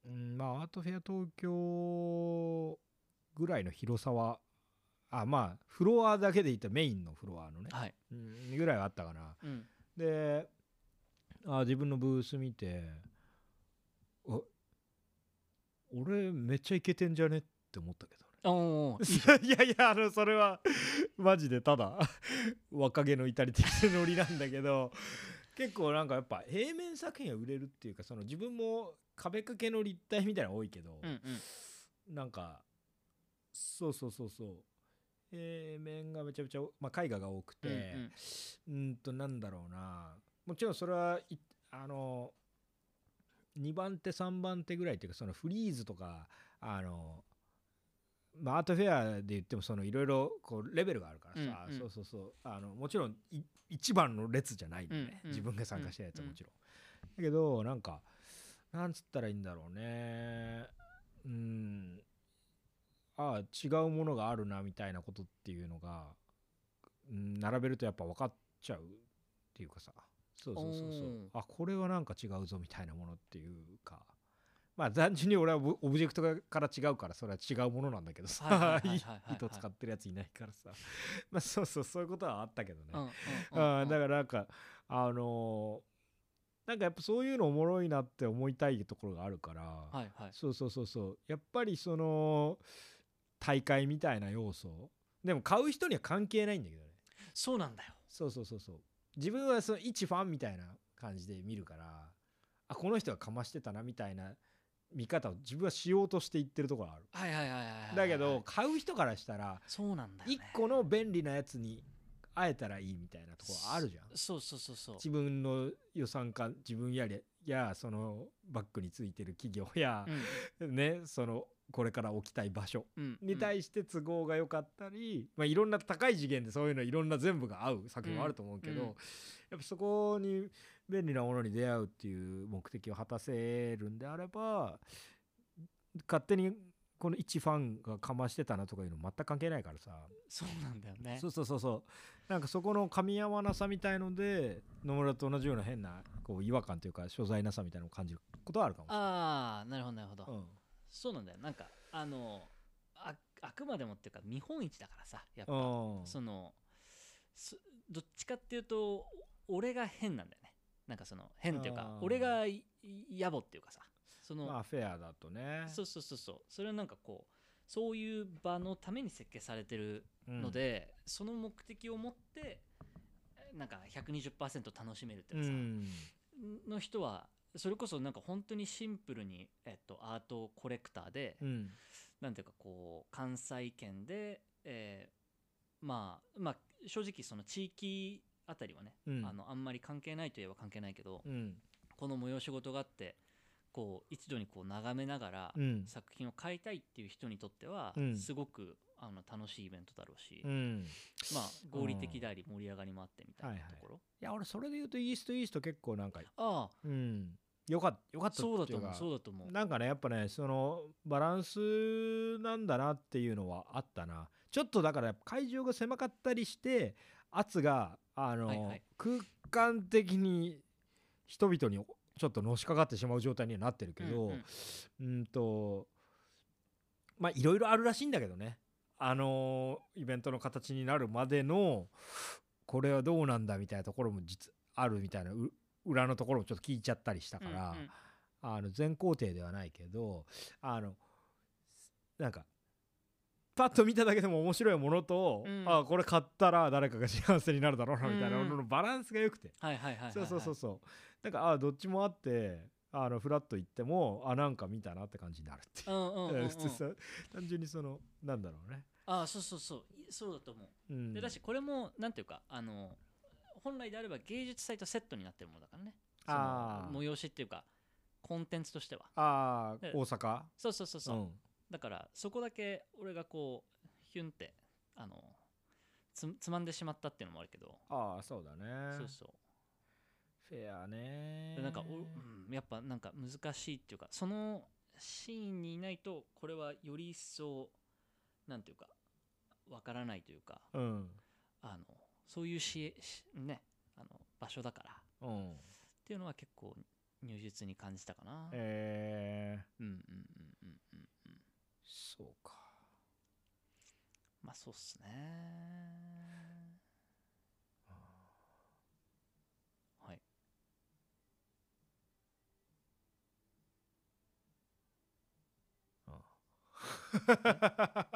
S4: うん、まあアートフェア東京ぐらいの広さはあまあフロアだけで言ったらメインのフロアのね、
S5: はい、
S4: うん、ぐらいはあったかな
S5: うん、
S4: であ自分のブース見てあ俺めっちゃイケてんじゃねって思ったけど
S5: おおーい
S4: ね
S5: い
S4: いやいやあのそれはマジでただ若気の至り的なノリなんだけど結構なんかやっぱ平面作品は売れるっていうかその自分も壁掛けの立体みたいなの多いけど、
S5: うんうん
S4: なんかそうそうそうそうえー面がめちゃめちゃ、まあ、絵画が多くて、うんとなんだろうなもちろんそれはいあの2番手3番手ぐらいっていうかそのフリーズとかあのまあアートフェアで言ってもそのいろいろこうレベルがあるからさ、
S5: うんうん
S4: そうそうそうあのもちろんい一番の列じゃないんでね、
S5: うんうん
S4: 自分が参加してないやつは
S5: うん
S4: もちろん、だけどなんかなんつったらいいんだろうねうんああ違うものがあるなみたいなことっていうのが、うん、並べるとやっぱ分かっちゃうっていうかさそうそうそうそ
S5: お
S4: う
S5: ー
S4: あこれはなんか違うぞみたいなものっていうかまあ単純に俺はオブオブジェクトから違うからそれは違うものなんだけど
S5: はいはい
S4: さ
S5: はいはいはいはい
S4: 糸使ってるやついないからさまあそうそうそういうことはあったけどね、
S5: うんうんうん
S4: あーだからなんかあのーなんかやっぱそういうのおもろいなって思いたいところがあるから、
S5: はいはい
S4: そうそうそうそうやっぱりその大会みたいな要素でも買う人には関係ないんだけどね
S5: そうなんだよ
S4: そうそうそうそう自分はその一ファンみたいな感じで見るからあこの人がかましてたなみたいな見方を自分はしようとしていってるところがある
S5: はいはいはいはいはいはい
S4: だけど買う人からしたら
S5: そうなんだよね
S4: 一個の便利なやつに会えたらいいみたいなところあるじゃん
S5: そうそうそうそう
S4: 自分の予算か自分やれやそのバックについてる企業や、ねそのこれから置きたい場所
S5: うん
S4: に対して都合が良かったり、まあ、いろんな高い次元でそういうのいろんな全部が合う作品はあると思うけど、
S5: うんうん
S4: やっぱそこに便利なものに出会うっていう目的を果たせるんであれば勝手にこの一ファンがかましてたなとかいうの全く関係ないからさ。
S5: そうなんだよね
S4: そうそうそうそうなんかそこの噛み合わなさみたいので野村と同じような変なこう違和感というか所在なさみたいなのを感じることはあるかもしれない
S5: ああなるほどなるほど、
S4: うん
S5: そうなんだよなんかあのああくまでもっていうか見本市だからさやっぱ
S4: うん
S5: そのすどっちかっていうとお俺が変なんだよねなんかその変っていう
S4: あ
S5: か
S4: ー
S5: 俺がい野暮っていうかさその、
S4: まあフェアだとね
S5: そうそうそうそうそれはなんかこうそういう場のために設計されてる
S4: うん
S5: ので、その目的を持ってなんか120%楽しめるっていうかさ、
S4: ん
S5: の人はそれこそなんか本当にシンプルに、えっと、アートコレクターで、
S4: うん
S5: なんていうかこう関西圏で、えーまあまあ正直その地域あたりはね、
S4: うん
S5: あのあんまり関係ないといえば関係ないけど、
S4: うん
S5: この催し事があってこう一度にこう眺めながら
S4: うん
S5: 作品を買いたいっていう人にとっては、
S4: うん
S5: すごくあの楽しいイベントだろうし、
S4: うん
S5: まあ合理的であり盛り上がりもあってみたいな
S4: はいはい
S5: ところ、
S4: いや俺それで言うとイーストイースト結構なんか
S5: あ
S4: うんよかったよかったっ
S5: あ
S4: て
S5: そうだ
S4: い
S5: と
S4: う
S5: 思う
S4: か
S5: そうだと思う
S4: なんかねやっぱねそのバランスなんだなっていうのはあったなちょっとだからやっぱ会場が狭かったりして圧があの、
S5: はいはい
S4: 空間的に人々にちょっとのしかかってしまう状態にはなってるけど、
S5: う
S4: うんん
S5: うん
S4: とまあいろいろあるらしいんだけどねあのイベントの形になるまでのこれはどうなんだみたいなところも実あるみたいなう裏のところもちょっと聞いちゃったりしたから。
S5: うんうん
S4: あの全工程ではないけどあのなんかパッと見ただけでも面白いものと、
S5: うん
S4: あこれ買ったら誰かが幸せになるだろうなみたいな
S5: う
S4: も
S5: ん
S4: ののバランスが良くて、
S5: はいはいはいはいはい
S4: そうそうそうそうなんかあどっちもあってあのフラッと行ってもあなんか見たなって感じになるっていうう、
S5: んうんうんうん
S4: うん 普通さ単純にそのなんだろうね、
S5: ああそうそうそういそうだと思
S4: う
S5: う
S4: ん、
S5: でだしこれもなんていうかあの本来であれば芸術祭とセットになってるものだからねその
S4: あー
S5: 催しっていうかコンテンツとしては
S4: あー
S5: で
S4: 大阪
S5: そうそうそうそう、
S4: ん
S5: だからそこだけ俺がこうヒュンってあのつつまんでしまったっていうのもあるけど、
S4: ああそうだね
S5: そうそ
S4: フェアね
S5: うでなんかお、うん、やっぱなんか難しいっていうかそのシーンにいないとこれはより一層なんていうかわからないというか
S4: うん
S5: あのそういうししねあの場所だから
S4: うん
S5: っていうのは結構入術に感じたかな。
S4: えー、
S5: うんうんうんうんうんうん。
S4: そうか
S5: まあそうっすね。はい。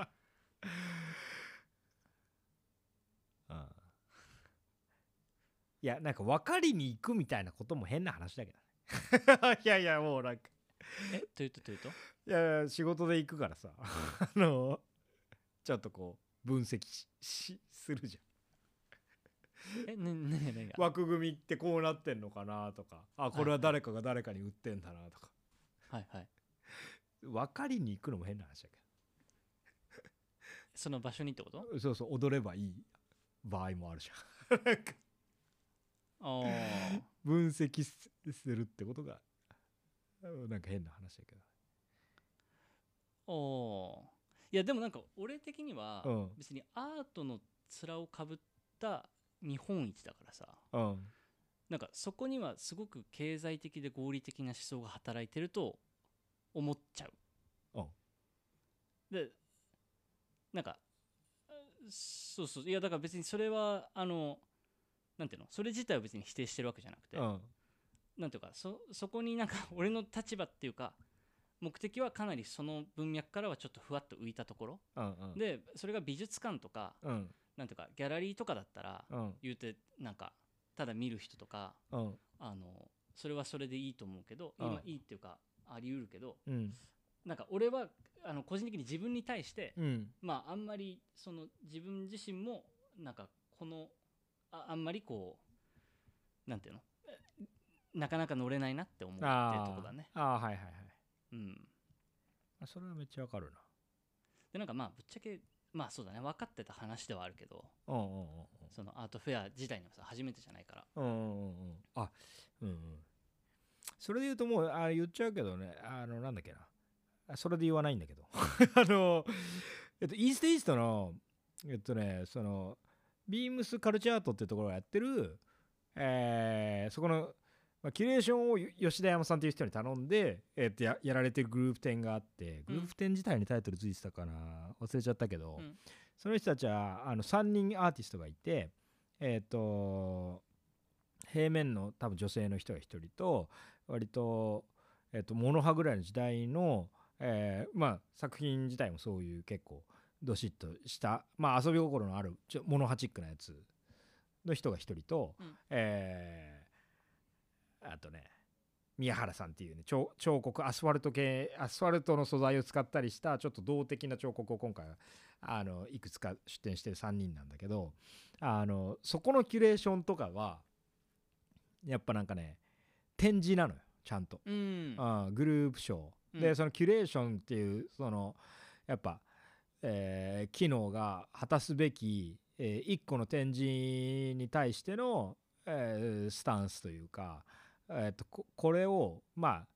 S4: いやなんか分かりに行くみたいなことも変な話だけどね いやいやもうなんか
S5: え、というとというと
S4: いやいや仕事で行くからさあのちゃんとこう分析ししするじ
S5: え、な、なになに
S4: ゃん 枠組みってこうなってんのかなとかあこれは誰かが誰かに売ってんだなとか
S5: はいはい。
S4: 分かりに行くのも変な話だけ
S5: その場所にってこと
S4: どそうそう踊ればいい場合もあるじゃんなんか
S5: ああ。
S4: 分析すするってことがうんなんか変な話だけど
S5: おーいやでもなんか俺的には
S4: うん
S5: 別にアートの面をかぶった日本一だからさ
S4: うん
S5: なんかそこにはすごく経済的で合理的な思想が働いてると思っちゃう。
S4: うん
S5: でなんかあそうそういやだから別にそれはあのなんていうのそれ自体を別に否定してるわけじゃなくて、
S4: うん
S5: なんていうかそそこになんか 俺の立場っていうか目的はかなりその文脈からはちょっとふわっと浮いたところ、
S4: うんうん
S5: でそれが美術館とか
S4: うん
S5: なんていうかギャラリーとかだったら、
S4: うん
S5: 言うてなんかただ見る人とか
S4: うん
S5: あのそれはそれでいいと思うけど、
S4: うん
S5: 今いいっていうかあり得るけど
S4: うん
S5: なんか俺はあの個人的に自分に対して、
S4: うん
S5: まああんまりその自分自身もなんかこのああんまりこうなんていうのえなかなか乗れないなって思うってとこだね。
S4: あーあーはいはいはい
S5: うん、
S4: あそれはめっちゃわかるな
S5: でなんかまあぶっちゃけまあそうだね分かってた話ではあるけど
S4: うんうんうん
S5: そのアートフェア自体にもさ初めてじゃないから。
S4: うんうんうんうんあうんうんそれで言うともうあ言っちゃうけどねあのなんだっけなあそれで言わないんだけど あのえっとイーストイーストのえっとねそのビームスカルチャートってところがやってるえーそこの、まあ、キュレーションをよ吉田山さんっていう人に頼んで、えっとややられてるグループ展があってグループ展自体にタイトルついてたかな、忘れちゃったけど、
S5: うん
S4: その人たちはあの3人アーティストがいてえっ、と平面の多分女性の人が1人と割と,、えっとモノ派ぐらいの時代の、えーまあ、作品自体もそういう結構どしっとした、まあ、遊び心のあるちょモノ派チックなやつの人が1人と、
S5: うん
S4: えーあとね宮原さんっていうね彫彫刻アスファルト系アスファルトの素材を使ったりしたちょっと動的な彫刻を今回はあのいくつか出展してる3人なんだけどあのそこのキュレーションとかはやっぱなんかね展示なのよちゃんと、
S5: うん
S4: あーグループショーで、
S5: うん
S4: そのキュレーションっていうそのやっぱ、えー機能が果たすべき、え1個の展示に対しての、えースタンスというか、えーとここれをまあ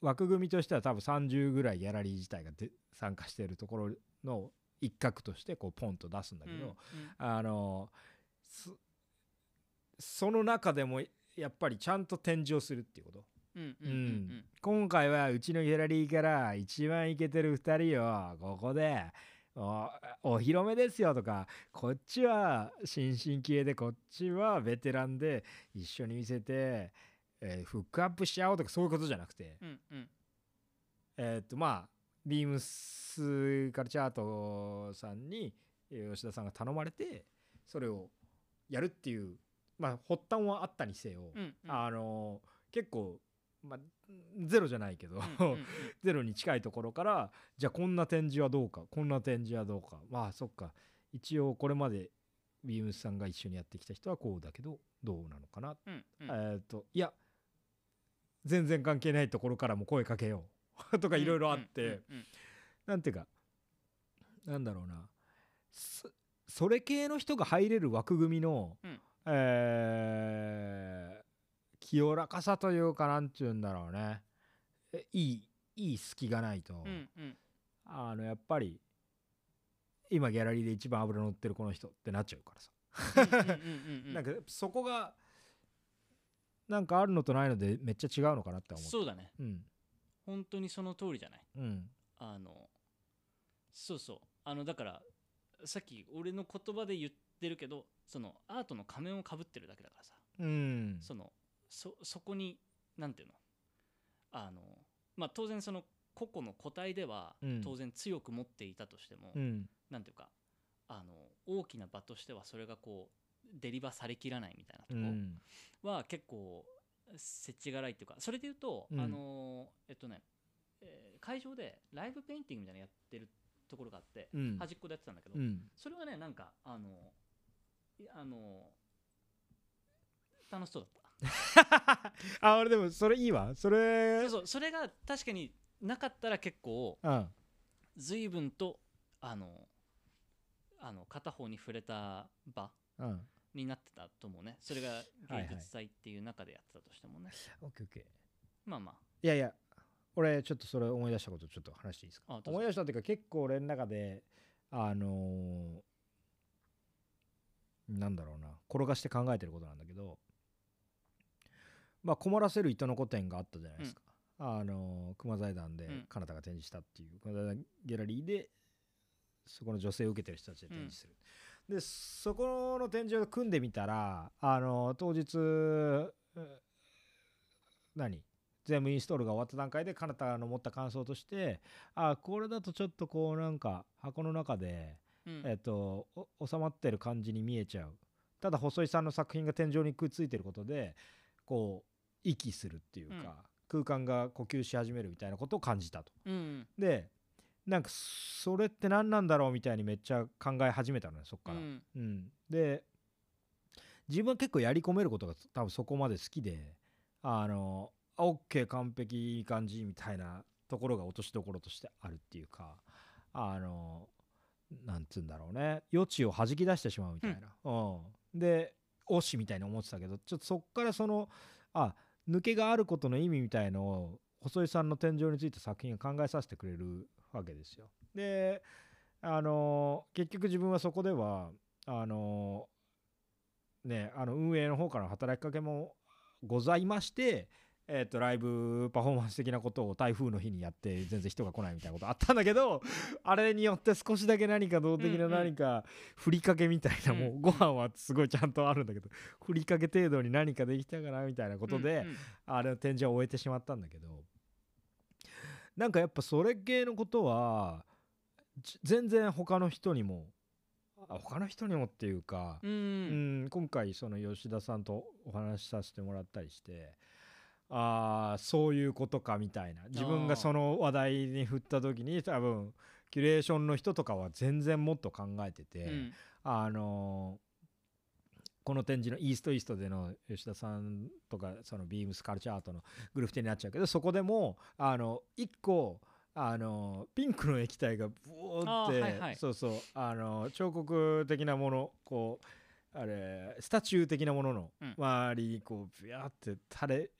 S4: 枠組みとしては多分30ぐらいギャラリー自体がで参加しているところの一角としてこうポンと出すんだけど、あのそその中でもやっぱりちゃんと展示をするっていうこと
S5: うんうんう
S4: う
S5: んうんんうん
S4: 今回はうちのギャラリーから一番イケてる2人をここでおお披露目ですよとかこっちは新進気鋭でこっちはベテランで一緒に見せて、えーフックアップしちゃおうとかそういうことじゃなくて、
S5: うんうん
S4: えーっとまあビームスカルチャートさんにえー吉田さんが頼まれてそれをやるっていうまあ発端はあったにせよ、
S5: うんうん
S4: あの結構、まあ、ゼロじゃないけど、
S5: うんうんうん
S4: ゼロに近いところからじゃあこんな展示はどうかこんな展示はどうかまあそっか一応これまでビームスさんが一緒にやってきた人はこうだけどどうなのかな、
S5: うんうん
S4: えーっといや全然関係ないところからも声かけよう とかいろいろあって、
S5: うんうん
S4: なんていうかなんだろうなそそれ系の人が入れる枠組みの、
S5: うん
S4: えー清らかさというかなんていうんだろうねえいいいい隙がないと、
S5: うんうん
S4: あのやっぱり今ギャラリーで一番脂乗ってるこの人ってなっちゃうからさ、
S5: うんうん
S4: なんかそこがなんかあるのとないのでめっちゃ違うのかなって思う
S5: そうだね
S4: うん
S5: 本当にその通りじゃない
S4: うん
S5: あのそうそうあのだからさっき俺の言葉で言ってるけどそのアートの仮面をかぶってるだけだからさ
S4: うん
S5: そのそそこになんていうのあのまあ当然その個々の個体では
S4: うん
S5: 当然強く持っていたとしても、
S4: うん
S5: なんていうかあの大きな場としてはそれがこうデリバされきらないみたいなと
S4: う
S5: こ、
S4: ん
S5: は結構せちがらいっていうかそれで言うと、
S4: うん
S5: あのーえっとね、えー会場でライブペインティングみたいなのやってるところがあって、
S4: うん
S5: 端っこでやってたんだけど、
S4: うん
S5: それはねなんかあのいあの楽しそうだっ
S4: あ俺でもそれいいわそれ
S5: たそうそうそれが確かになかったら結構
S4: うん
S5: 随分とあのあの片方に触れた場
S4: うん
S5: になってたと思うねそれが
S4: はい
S5: 芸術祭っていう中でやってたとしてもね、
S4: オッケーオッケー
S5: まあま
S4: いやいや俺ちょっとそれ思い出したことちょっと話していいですか
S5: あどうぞ
S4: 思い出したっていうか結構俺の中であのーなんだろうな転がして考えてることなんだけどまあ「困らせる糸の古典」があったじゃないですか、あのー熊財団で
S5: うん
S4: 彼方が展示したっていう、熊財団ギャラリーでそこの女性を受けてる人たちで展示する、でそこの展示を組んでみたらあのー当日うん何全部インストールが終わった段階で彼方の持った感想としてあこれだとちょっとこうなんか箱の中で、
S5: あ、うん
S4: えっとお収まってる感じに見えちゃうただ細井さんの作品が天井にくっついてることでこう息するっていうか、空間が呼吸し始めるみたいなことを感じたと。
S5: うん
S4: でなんかそれって何なんだろうみたいにめっちゃ考え始めたのねそっ
S5: う
S4: から。
S5: ん
S4: うん、で自分は結構やり込めることが多分そこまで好きであのあ OK 完璧いい感じみたいなところが落としどころとしてあるっていうかあのなんつうんだろうね余地を弾き出してしまうみたいな、うんで推しみたいに思ってたけどちょっとそっからそのあ抜けがあることの意味みたいのを細井さんの天井について作品が考えさせてくれるわけですよ。であの結局自分はそこではあのねあの運営の方からの働きかけもございまして、えっとライブパフォーマンス的なことを台風の日にやって全然人が来ないみたいなことあったんだけどあれによって少しだけ何か動的な
S5: うんうん
S4: 何かふりかけみたいな、
S5: うん
S4: もうご飯はすごいちゃんとあるんだけどふりかけ程度に何かできたかなみたいなことで、
S5: うんうん
S4: あれの展示を終えてしまったんだけどなんかやっぱそれ系のことはじ全然他の人にもあ他の人にもっていうか、
S5: うん
S4: うん今回その吉田さんとお話しさせてもらったりしてああそういうことかみたいな自分がその話題に振った時に多分キュレーションの人とかは全然もっと考えてて。
S5: うん
S4: あのこの展示のイーストイーストでの吉田さんとかそのビームスカルチャーアートのグループ展になっちゃうけどそこでもあの1個あのピンクの液体がブオーって
S5: あーはいはい
S4: そうそうあの彫刻的なものこうあれスタチュー的なものの
S5: うん
S4: 周りにこうビャーって垂れ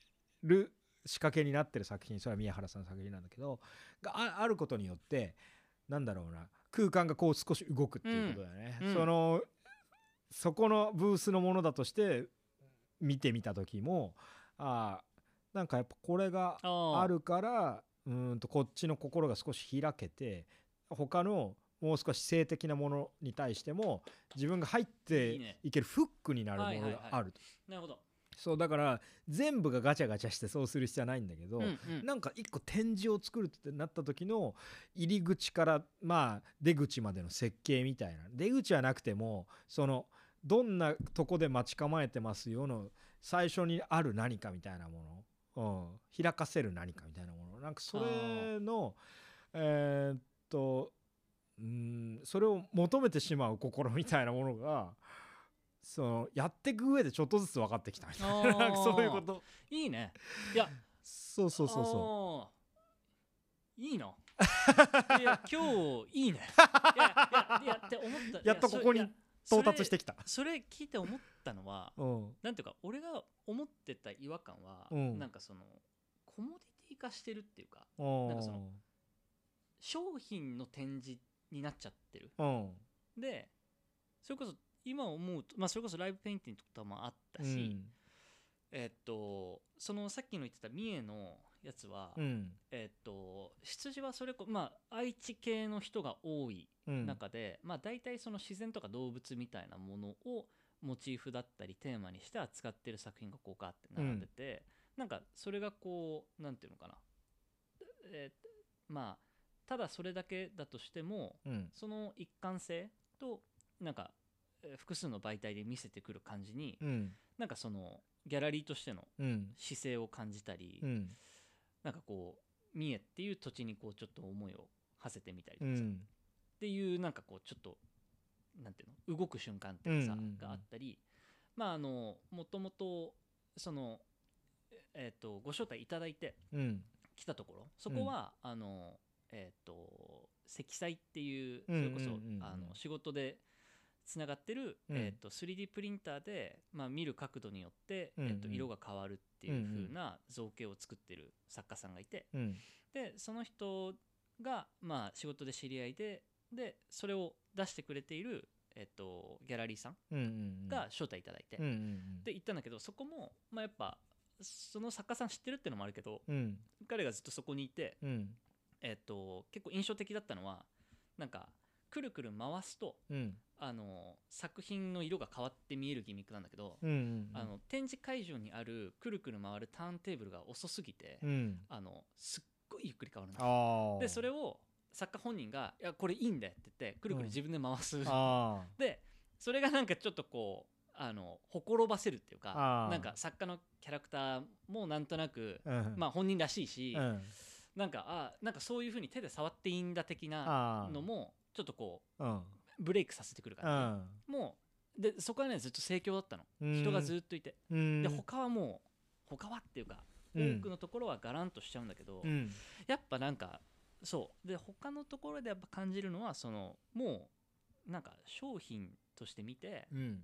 S4: る仕掛けになってる作品それは宮原さんの作品なんだけどがああることによってなんだろうな空間がこう少し動くっていうことだよね、
S5: うんうん
S4: そのそこのブースのものだとして見てみた時もあーなんかやっぱこれが
S5: あ
S4: あるからうーんとこっちの心が少し開けて他のもう少し性的なものに対しても自分が入っ
S5: いいね
S4: ていけるフックになるもの
S5: はいはい
S4: が
S5: はい
S4: あると
S5: なるほど、
S4: そうだから全部がガチャガチャしてそうする必要はないんだけど、
S5: うんうん
S4: なんか一個展示を作るってなった時の入り口からまあ出口までの設計みたいな出口はなくてもそのどんなとこで待ち構えてますよの最初にある何かみたいなもの、うん、開かせる何かみたいなものなんかそれのえーっとうんそれを求めてしまう心みたいなものがそのやっていく上でちょっとずつ分かってきたみたいな なんかそういうこと
S5: いいねいや
S4: そうそうそうそう
S5: うい いないや今日いいねいやいやいやって思ったい
S4: やっとここに
S5: それいや
S4: 到達してきた。
S5: それ聞いて思ったのは
S4: うん
S5: なんていうか俺が思ってた違和感は、
S4: うん
S5: なんかそのコモディティ化してるっていうか
S4: な
S5: なんかその商品の展示になっちゃってる
S4: うん
S5: でそれこそ今思うと、まあ、それこそライブペインティングとかもあったし、えっとそのさっきの言ってた三重のやつは、
S4: うん
S5: えっと羊はそれこまあ愛知系の人が多い
S4: うん
S5: 中で、まあ大体その自然とか動物みたいなものをモチーフだったりテーマにして扱ってる作品がこうガーって並んでて、なんかそれがこうなんていうのかな、えーまあただそれだけだとしても
S4: うん
S5: その一貫性となんかえー複数の媒体で見せてくる感じに、
S4: うん
S5: なんかそのギャラリーとしての
S4: うん
S5: 姿勢を感じたり、
S4: うん
S5: なんかこう三重っていう土地にこうちょっと思いを馳せてみたりと
S4: う
S5: かさ、
S4: ん
S5: っていうなんかこうちょっとなんていうの動く瞬間っていうかさ、
S4: うんうんうん
S5: があったりまああのもともとそのえっ、とご招待いただいて
S4: うん
S5: 来たところそこは、あのえっ、と積載っていうそ
S4: うんうん
S5: れ
S4: うんう
S5: こ
S4: ん
S5: そ、あの仕事でつながってる、
S4: うん
S5: えっと 3D プリンターで、まあ、見る角度によって、
S4: うんうん
S5: えっと色が変わるっていう風な造形を作ってる作家さんがいて、
S4: うん
S5: でその人が、まあ、仕事で知り合いででそれを出してくれている、えっとギャラリーさん
S4: うんうん
S5: が招待いただいて、
S4: うんうん
S5: で行ったんだけどそこも、まあ、やっぱその作家さん知ってるってのもあるけど
S4: うん
S5: 彼がずっとそこにいて、
S4: うん
S5: えっと結構印象的だったのはなんかくるくる回すと
S4: うん
S5: あの作品の色が変わって見えるギミックなんだけど、
S4: うんうん
S5: あの展示会場にあるくるくる回るターンテーブルが遅すぎて、
S4: うん
S5: あのすっごいゆっくり変わるんだ
S4: ああ
S5: でそれ
S4: を
S5: を作家本人が「いやこれいいんだよ」って言ってくるくる自分で回す、
S4: あ
S5: でそれがなんかちょっとこうあのほころばせるっていう
S4: あ
S5: か
S4: ー
S5: なんか作家のキャラクターもなんとなく、
S4: あうん
S5: まあ本人らしいし、
S4: うん
S5: なんかあなんかそういうふうに手で触っていいんだ的な
S4: あ
S5: のもちょっとこ
S4: うん
S5: うブレイクさせてくるから、
S4: う
S5: もうでそこはねずっと盛況だったの
S4: ん
S5: 人がずっといて、
S4: うん
S5: で他はもう他はっていうか
S4: うん
S5: 多くのところはガランとしちゃうんだけど、
S4: うん
S5: やっぱなんかそうで他のところでやっぱ感じるのはそのもうなんか商品として見て
S4: うん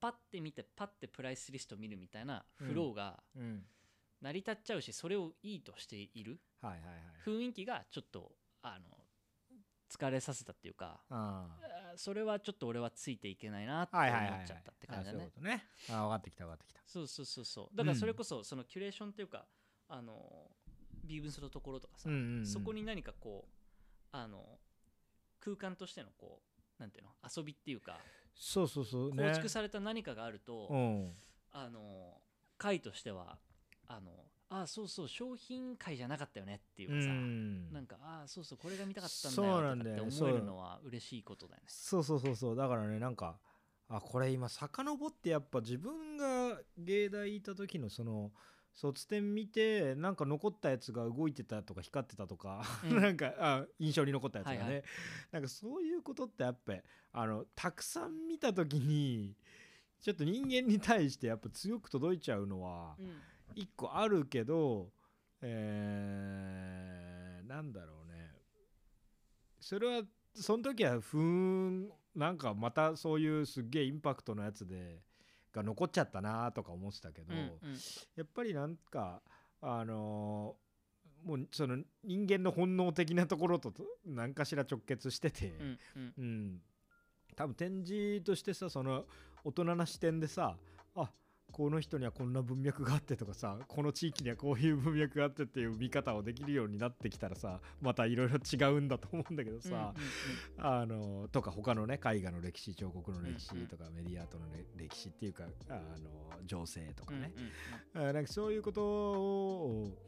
S5: パッて見てパッてプライスリスト見るみたいなフローが
S4: うん
S5: 成り立っちゃうしそれをいいとしている
S4: はいはいはい
S5: 雰囲気がちょっとあの疲れさせたっていうか
S4: あ
S5: あーそれはちょっと俺はついていけないなって
S4: あ
S5: 思
S4: はい
S5: っ
S4: はいはいはい
S5: ちゃったって感じ
S4: あ
S5: だ
S4: そうい
S5: ね
S4: う。ことねああ分かってきた分かってきた
S5: そうそうそうそうだからそれこそそのキュレーションっていうかあのビーブンスのところとかさ、
S4: うんうんうん
S5: そこに何かこうあの空間としてのこうなんていうの遊びっていうか
S4: そうそうそうね
S5: 構築された何かがあると、
S4: うん
S5: あの会としてはあのあそうそう商品会じゃなかったよねっていうかさ、
S4: うん
S5: なんかあそうそうこれが見たかったんだよ
S4: そうなん
S5: と
S4: だよ
S5: かって思えるのは嬉しいことだよね。
S4: そうそうそうそうだからねなんかあこれ今遡ってやっぱ自分が芸大いた時のその卒展見てなんか残ったやつが動いてたとか光ってたとか、
S5: う ん
S4: なんかあ印象に残ったやつがね、
S5: はいはい
S4: なんかそういうことってやっぱあのたくさん見た時にちょっと人間に対してやっぱ強く届いちゃうのは
S5: うん
S4: 一個あるけどえー、なんだろうねそれはその時はふーんなんかまたそういうすっげえインパクトのやつでが残っちゃったなとか思ってたけど、
S5: うんうん
S4: やっぱりなんかあのーもうその人間の本能的なところとと何かしら直結してて。
S5: うんうん
S4: うん、多分展示としてさその大人な視点でさあこの人にはこんな文脈があってとかさこの地域にはこういう文脈があってっていう見方をできるようになってきたらさまたいろいろ違うんだと思うんだけど
S5: うんうん
S4: さ、あのとか他のね絵画の歴史彫刻の歴史とか、メディアアートのれ歴史っていうかあの情勢とか
S5: うんうん
S4: ね、
S5: うん
S4: あなんかそういうことを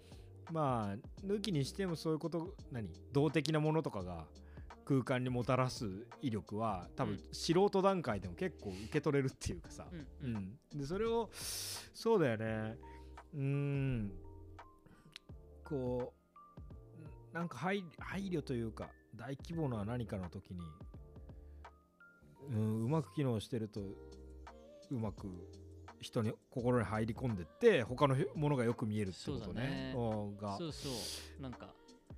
S4: まあ抜きにしてもそういうこと何動的なものとかが空間にもたらす威力は多
S5: う
S4: 分
S5: ん
S4: 素人段階でも結構受け取れるっていうかさ、
S5: うん
S4: う
S5: うんうん
S4: ん、でそれをそうだよねうーんこうなんか配配慮というか大規模な何かの時に、うん、うまく機能してるとうまく人に心に入り込んでって他のものがよく見えるってことね
S5: そう
S4: うんが
S5: そうそうなんか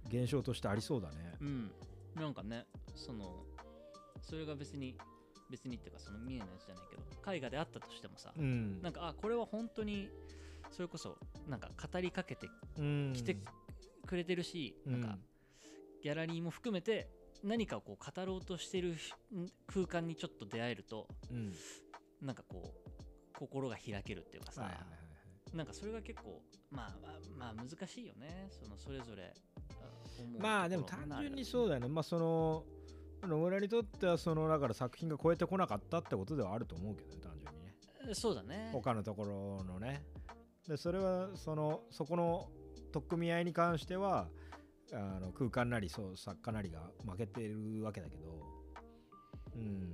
S4: 現象としてありそうだね。
S5: うん、なんかねそのそれが別に別にっていうかその見えないやつじゃないけど絵画であったとしてもさ、
S4: うん
S5: なんかあこれは本当にそれこそなんか語りかけて
S4: うん
S5: きてくれてるし、
S4: うん
S5: なんかギャラリーも含めて何かをこう語ろうとしてるひん空間にちょっと出会えると
S4: うん
S5: なんかこう心が開けるっていうかさ、
S4: はいはいはい
S5: なんかそれが結構まあまあ、まあ、難しいよねそのそれぞれあ思う
S4: まあでも
S5: ところ
S4: 単
S5: が
S4: 純にそう
S5: ある
S4: だよねまあその野村にとってはそのだから作品が超えてこなかったってことではあると思うけどね単純にね
S5: そうだね
S4: 他のところのねでそれはそのそこの取っ組み合いに関してはあの空間なりそう作家なりが負けてるわけだけどうん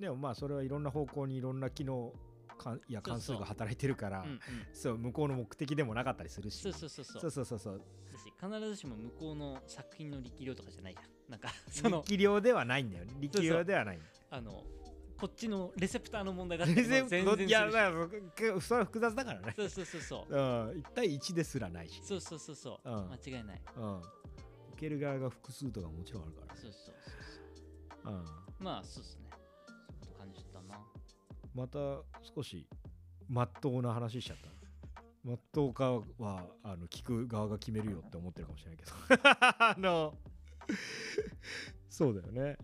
S4: でもまあそれはいろんな方向にいろんな機能かんいや
S5: そうそう
S4: 関数が働いてるから
S5: うんうん、
S4: そう向こうの目的でもなかったりするし
S5: そうそうそうそう
S4: そうそうそうそう
S5: だし必ずしも向こうの作品の力量とかじゃないじゃんなんかその
S4: 力量ではないんだよね
S5: そう
S4: 力量ではない
S5: あのこっちのレセプターの問題だったり
S4: 全
S5: も
S4: 然
S5: 全然する
S4: い
S5: し
S4: やまあくそれは複雑だからね
S5: そうそうそうそう
S4: うん1対1ですらないし、
S5: そうそうそうそう、
S4: うん
S5: 間違いない
S4: うん、受ける側が複数とかもちろんあるからね
S5: そうそうそう
S4: うん、
S5: そうまあそうっすねそんな感じだな
S4: また少しまっとうな話しちゃったまっとうかはあの聞く側が決めるよって思ってるかもしれないけど あのそうだよね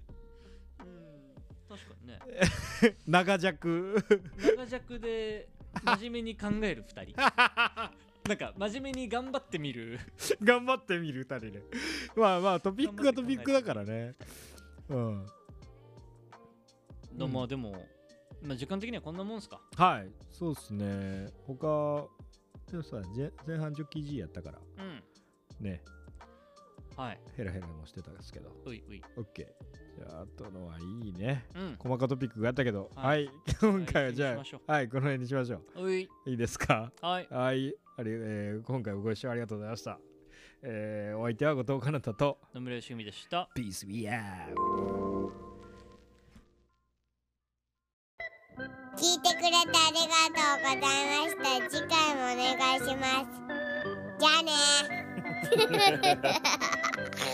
S5: うん確かにね
S4: 長尺
S5: 長尺で真面目に考える2人 なんか真面目に頑張ってみる
S4: 頑張ってみる2人でまあまあトピックがトピックだからねうん
S5: どうもでも、まあ、時間的にはこんなもんすか
S4: はいそうっすね他でもさ前前半ジョッキー G やったから
S5: うん
S4: ね
S5: はい
S4: ヘラヘラもしてたんですけど
S5: ういうい
S4: OK じゃああとのはいいね
S5: うん
S4: 細かトピックがあったけど、は、
S5: はい
S4: 今回は
S5: はい
S4: じ
S5: 一緒
S4: ゃ
S5: にしましょ
S4: あ、はい、この辺にしましょ。
S5: ういう
S4: いいですか
S5: はい
S4: はい、ありえー今回もご視聴ありがとうございました。えーお相手は後藤かなたと、
S5: 野村よしみでした
S4: ピースビアー
S2: 聞いてくれてありがとうございました次回もお願いしますじゃあね